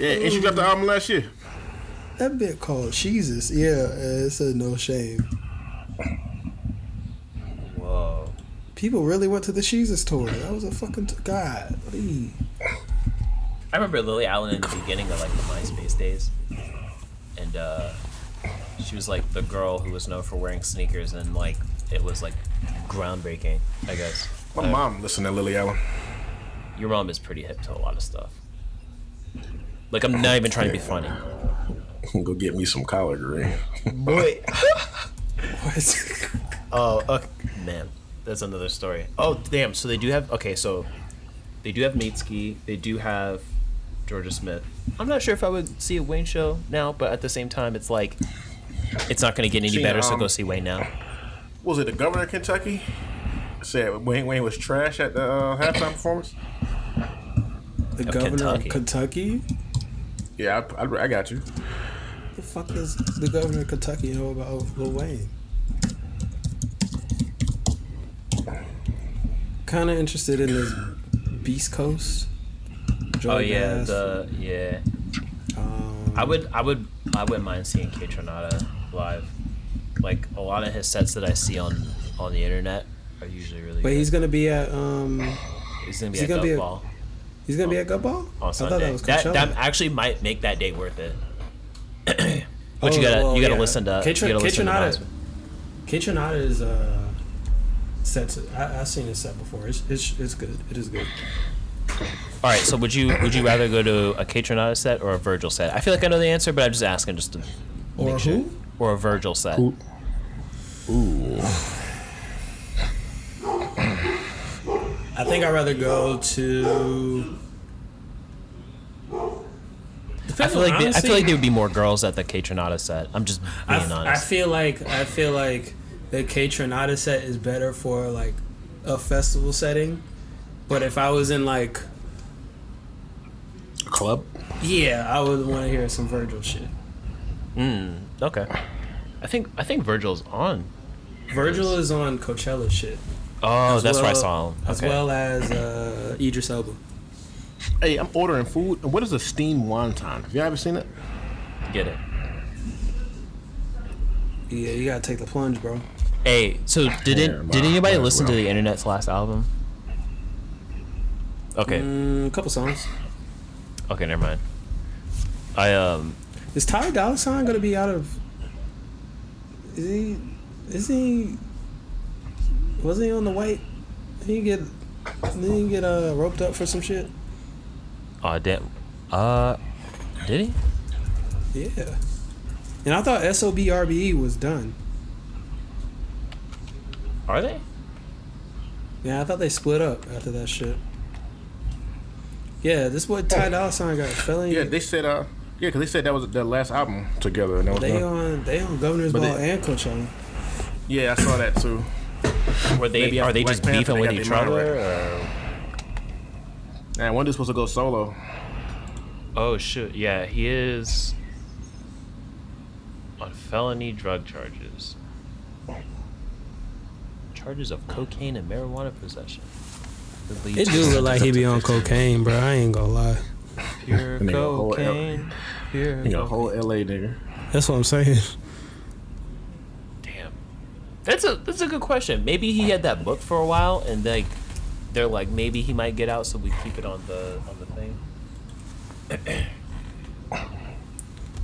and she dropped the album last year.
That bit called Jesus. Yeah, uh, it's a no shame.
Whoa.
People really went to the Jesus tour. That was a fucking t- god. [laughs] Lee.
I remember Lily Allen in the beginning of like the MySpace days, and uh, she was like the girl who was known for wearing sneakers, and like it was like groundbreaking. I guess
My mom listened to Lily Allen.
your mom is pretty hip to a lot of stuff. Like I'm not even trying to be funny.
Go get me some
[laughs]
collard green.
Boy. oh, okay. man. that's another story. Oh damn! So they do have okay. So they do have Meatski. They do have Georgia Smith. I'm not sure if I would see a Wayne show now, but at the same time, it's like it's not going to get any
Seen,
better. so
um,
go see Wayne now.
[laughs] Was it the governor of Kentucky? Said Wayne Wayne was trash at the uh, halftime performance.
The
Of
governor
Kentucky.
of Kentucky?
Yeah, I, I, I got you.
The fuck does the governor of Kentucky know about Lil Wayne?
Kind of interested in this Beast Coast.
Oh
drug
yeah,
ass-
the yeah.
um,
I would I would I wouldn't mind seeing K Tronada live. Like a lot of his sets that I see on on the internet are usually really.
but
good.
he's gonna be at um
he's gonna be
he's
at
gonna be a-
Ball
he's gonna be at Gumball.
Oh, on Sunday.
that was
that,
Coachella.
that actually might make that day worth it. [clears throat]
Oh,
but you gotta you gotta listen to
K- Tr-
you gotta
K-
listen to
Tronada-
Nas.
K- Tronada is uh set. I, I've seen his set before. It's, it's it's good. It is good.
All right, so would you would you rather go to a K Tronada set or a Virgil set? I feel like I know the answer, but I'm just asking just to
Or who?
or a Virgil set.
I think I'd rather go to.
I feel like they, I feel like there would be more girls at the K Tronada set. I'm just being
I, f- I
honest.
feel like I feel like the K Tronada set is better for like a festival setting, but if I was in like
Club.
yeah, I would want to hear some Virgil shit.
Okay. I think I think Virgil's on.
Virgil is on Coachella shit
Oh,
As
that's where I
well-
saw him.
as
Okay.
well as uh, Idris Elba.
Hey, I'm ordering food. And what is a steamed wonton? Have you all ever seen it?
Get it.
Yeah, you gotta take the plunge, bro.
Hey, so did
Never
it, did
mind.
anybody
Might as
listen to
well.
the internet's last album? Okay.
Mm, a couple songs.
Okay, never mind. I um
Is Ty Dolla Sign gonna be out of? Is he? Is he? Was he on the white? Did he get? Did he get uh, roped up for some shit?
oh damn uh did he?
Yeah. And I thought SOBRBE E was done.
Are they?
Yeah, I thought they split up after that shit. Yeah, this what Ty Dolla Sign got felony.
Yeah, they said uh, yeah, 'cause they said that was their last album together. And that was
they
done.
on they on Governor's
But
Ball
they-
and Coachella.
yeah, I saw that too.
Were they
Maybe
are
after
they
Black
just
Panther,
beefing
they
with
got
each
their mind
other?
And one dude's supposed to go solo.
Oh shoot, yeah, he is on felony drug charges. Charges of cocaine and marijuana possession.
It do look like he be on cocaine, bro. I ain't gonna lie.
pure
nigga a whole L-
cocaine. Pure
You know, whole LA nigga.
That's what I'm saying.
Damn. That's a that's a good question. Maybe he had that book for a while and like they're like maybe he might get out so we keep it on the on the thing.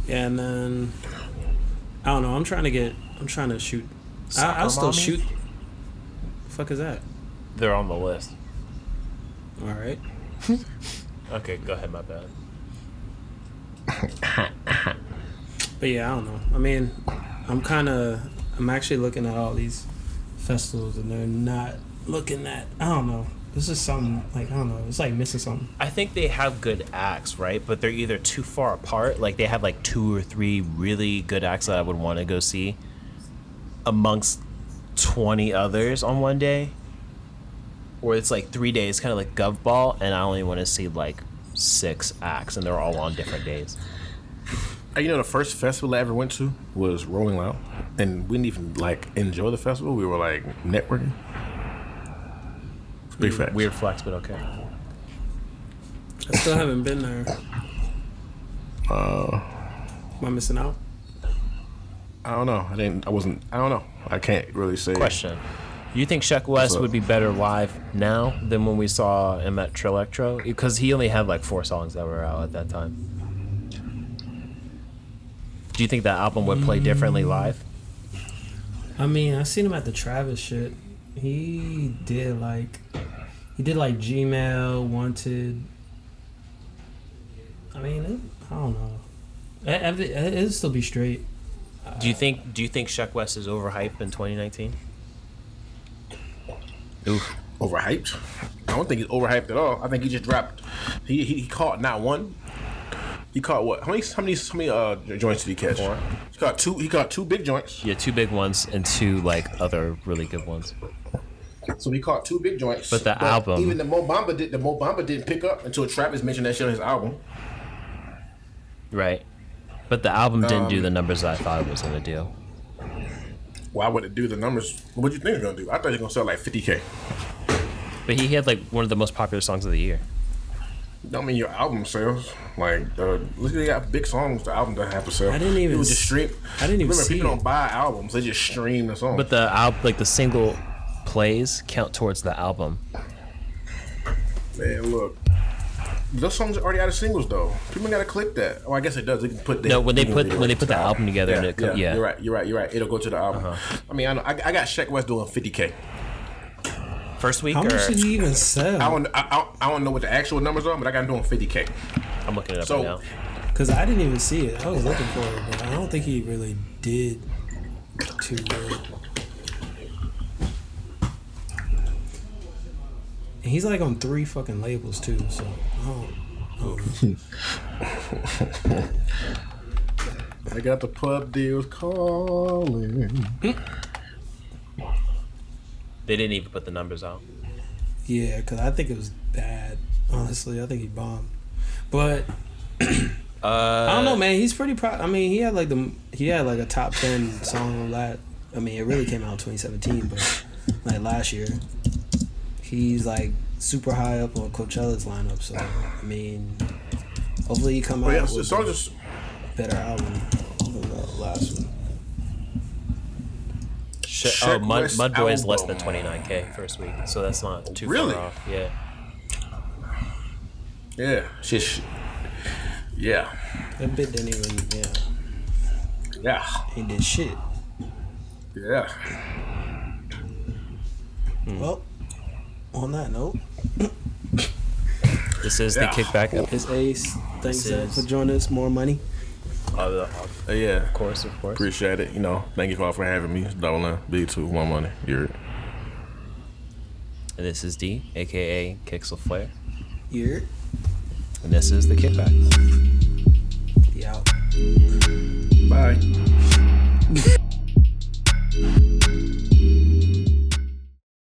Yeah, and then I don't know. I'm trying to get. I'm trying to shoot. I, I'll still
Soccer mommy?
shoot. fuck is that?
They're on the list.
All right.
Okay, go ahead, my bad.
But yeah, I don't know. I mean, I'm kind of. I'm actually looking at all these festivals, and they're not looking at. I don't know. This is something like I don't know. It's like missing something.
I think they have good acts, right? But they're either too far apart, like they have like two or three really good acts that I would want to go see amongst 20 others on one day. Or it's like three days, kind of like Gov Ball, and I only want to see like six acts, and they're all on different days.
Uh, You know, the first festival I ever went to was Rolling Loud, and we didn't even like enjoy the festival. We were like networking. It's Big fact.
Weird flex, but okay.
I still haven't been there.
Uh,
Am I missing out?
I don't know. I didn't. I wasn't. I don't know. I can't really say.
Question. You think Sheck West
up?
would be better live now than when we saw him at Trilectro? Because he only had like four songs that were out at that time. Do you think that album would play differently live?
I mean, I seen him at the Travis shit. He did like, he did like Gmail Wanted. I mean, it, I don't know. I- I- It, it'd still be straight.
Do you think Do you think Sheck West is overhyped in 2019?
Overhyped. I don't think he's overhyped at all. I think he just dropped. He he, he caught not one. He caught what? How many how many how many uh, joints did he catch? He caught two. He caught two big joints.
Yeah, two big ones and two like other really good ones.
So he caught two big joints.
But the album-
even the Mo Bamba did the Mo Bamba didn't pick up until Travis mentioned that shit on his album.
Right. But the album didn't do the numbers I thought it was gonna do.
Why would it do the numbers? What do you think it's gonna do? I thought it was gonna sell like fifty k.
But he had like one of the most popular songs of the year.
Don't mean your album sales. Like, uh, look, they got big songs. The album doesn't have to sell.
I didn't even
People just
s-
stream.
I didn't even
Remember,
see
people
it.
don't buy albums; they just stream the song.
But the album, like the single plays, count towards the album.
man, look, those songs are already out of singles though. People gotta click that. Oh, I guess it does. They can put that.
No, when they
can
put-
relate
when they
it
put
to
the album together
yeah,
and it co- yeah. Uh-huh.
you're right. You're right. You're right. It'll go to the album. I mean, I, know, I, I got Sheck West doing fifty k.
First week
How
or
much did he even
I
sell?
don't. I, I, I don't know what the actual numbers are, but I got him doing fifty k.
I'm looking it up
So-
right now.
Because I didn't even see it. I was looking for it, but I don't think he really did too good. And he's like on three fucking labels too, so I don't.
I got the pub deals calling.
They didn't even put the numbers out.
Yeah, because I think it was bad. Honestly, I think he bombed. But I don't know, man. He's pretty proud. I mean, he had like the he had like a top ten song last. I mean, it really came out in 2017, but like last year, he's like super high up on Coachella's lineup. So I mean, hopefully he come out
Oh yeah, so
with
songs
a
just.
better album than the last one.
Shit.
Check
Oh, Mud,
West
Mudboy is less than
album.
29k first week, so that's not too
Really?
far off. Yeah.
Yeah. Shit. shit. Yeah.
That bit didn't even yeah.
Yeah.
He did shit.
Yeah. Hmm.
Well, on that note.
This is
Yeah.
the kickback episode,
It's Ace. Thanks
This
Zach,
is-
for joining us. More money.
Uh, uh, yeah.
of course, of course.
Appreciate it. You know, thank you all for having me. Dolan, B2, my money. You're
And this is D, aka Kixel Flair,
You're
and this is the kickback.
out.
Bye.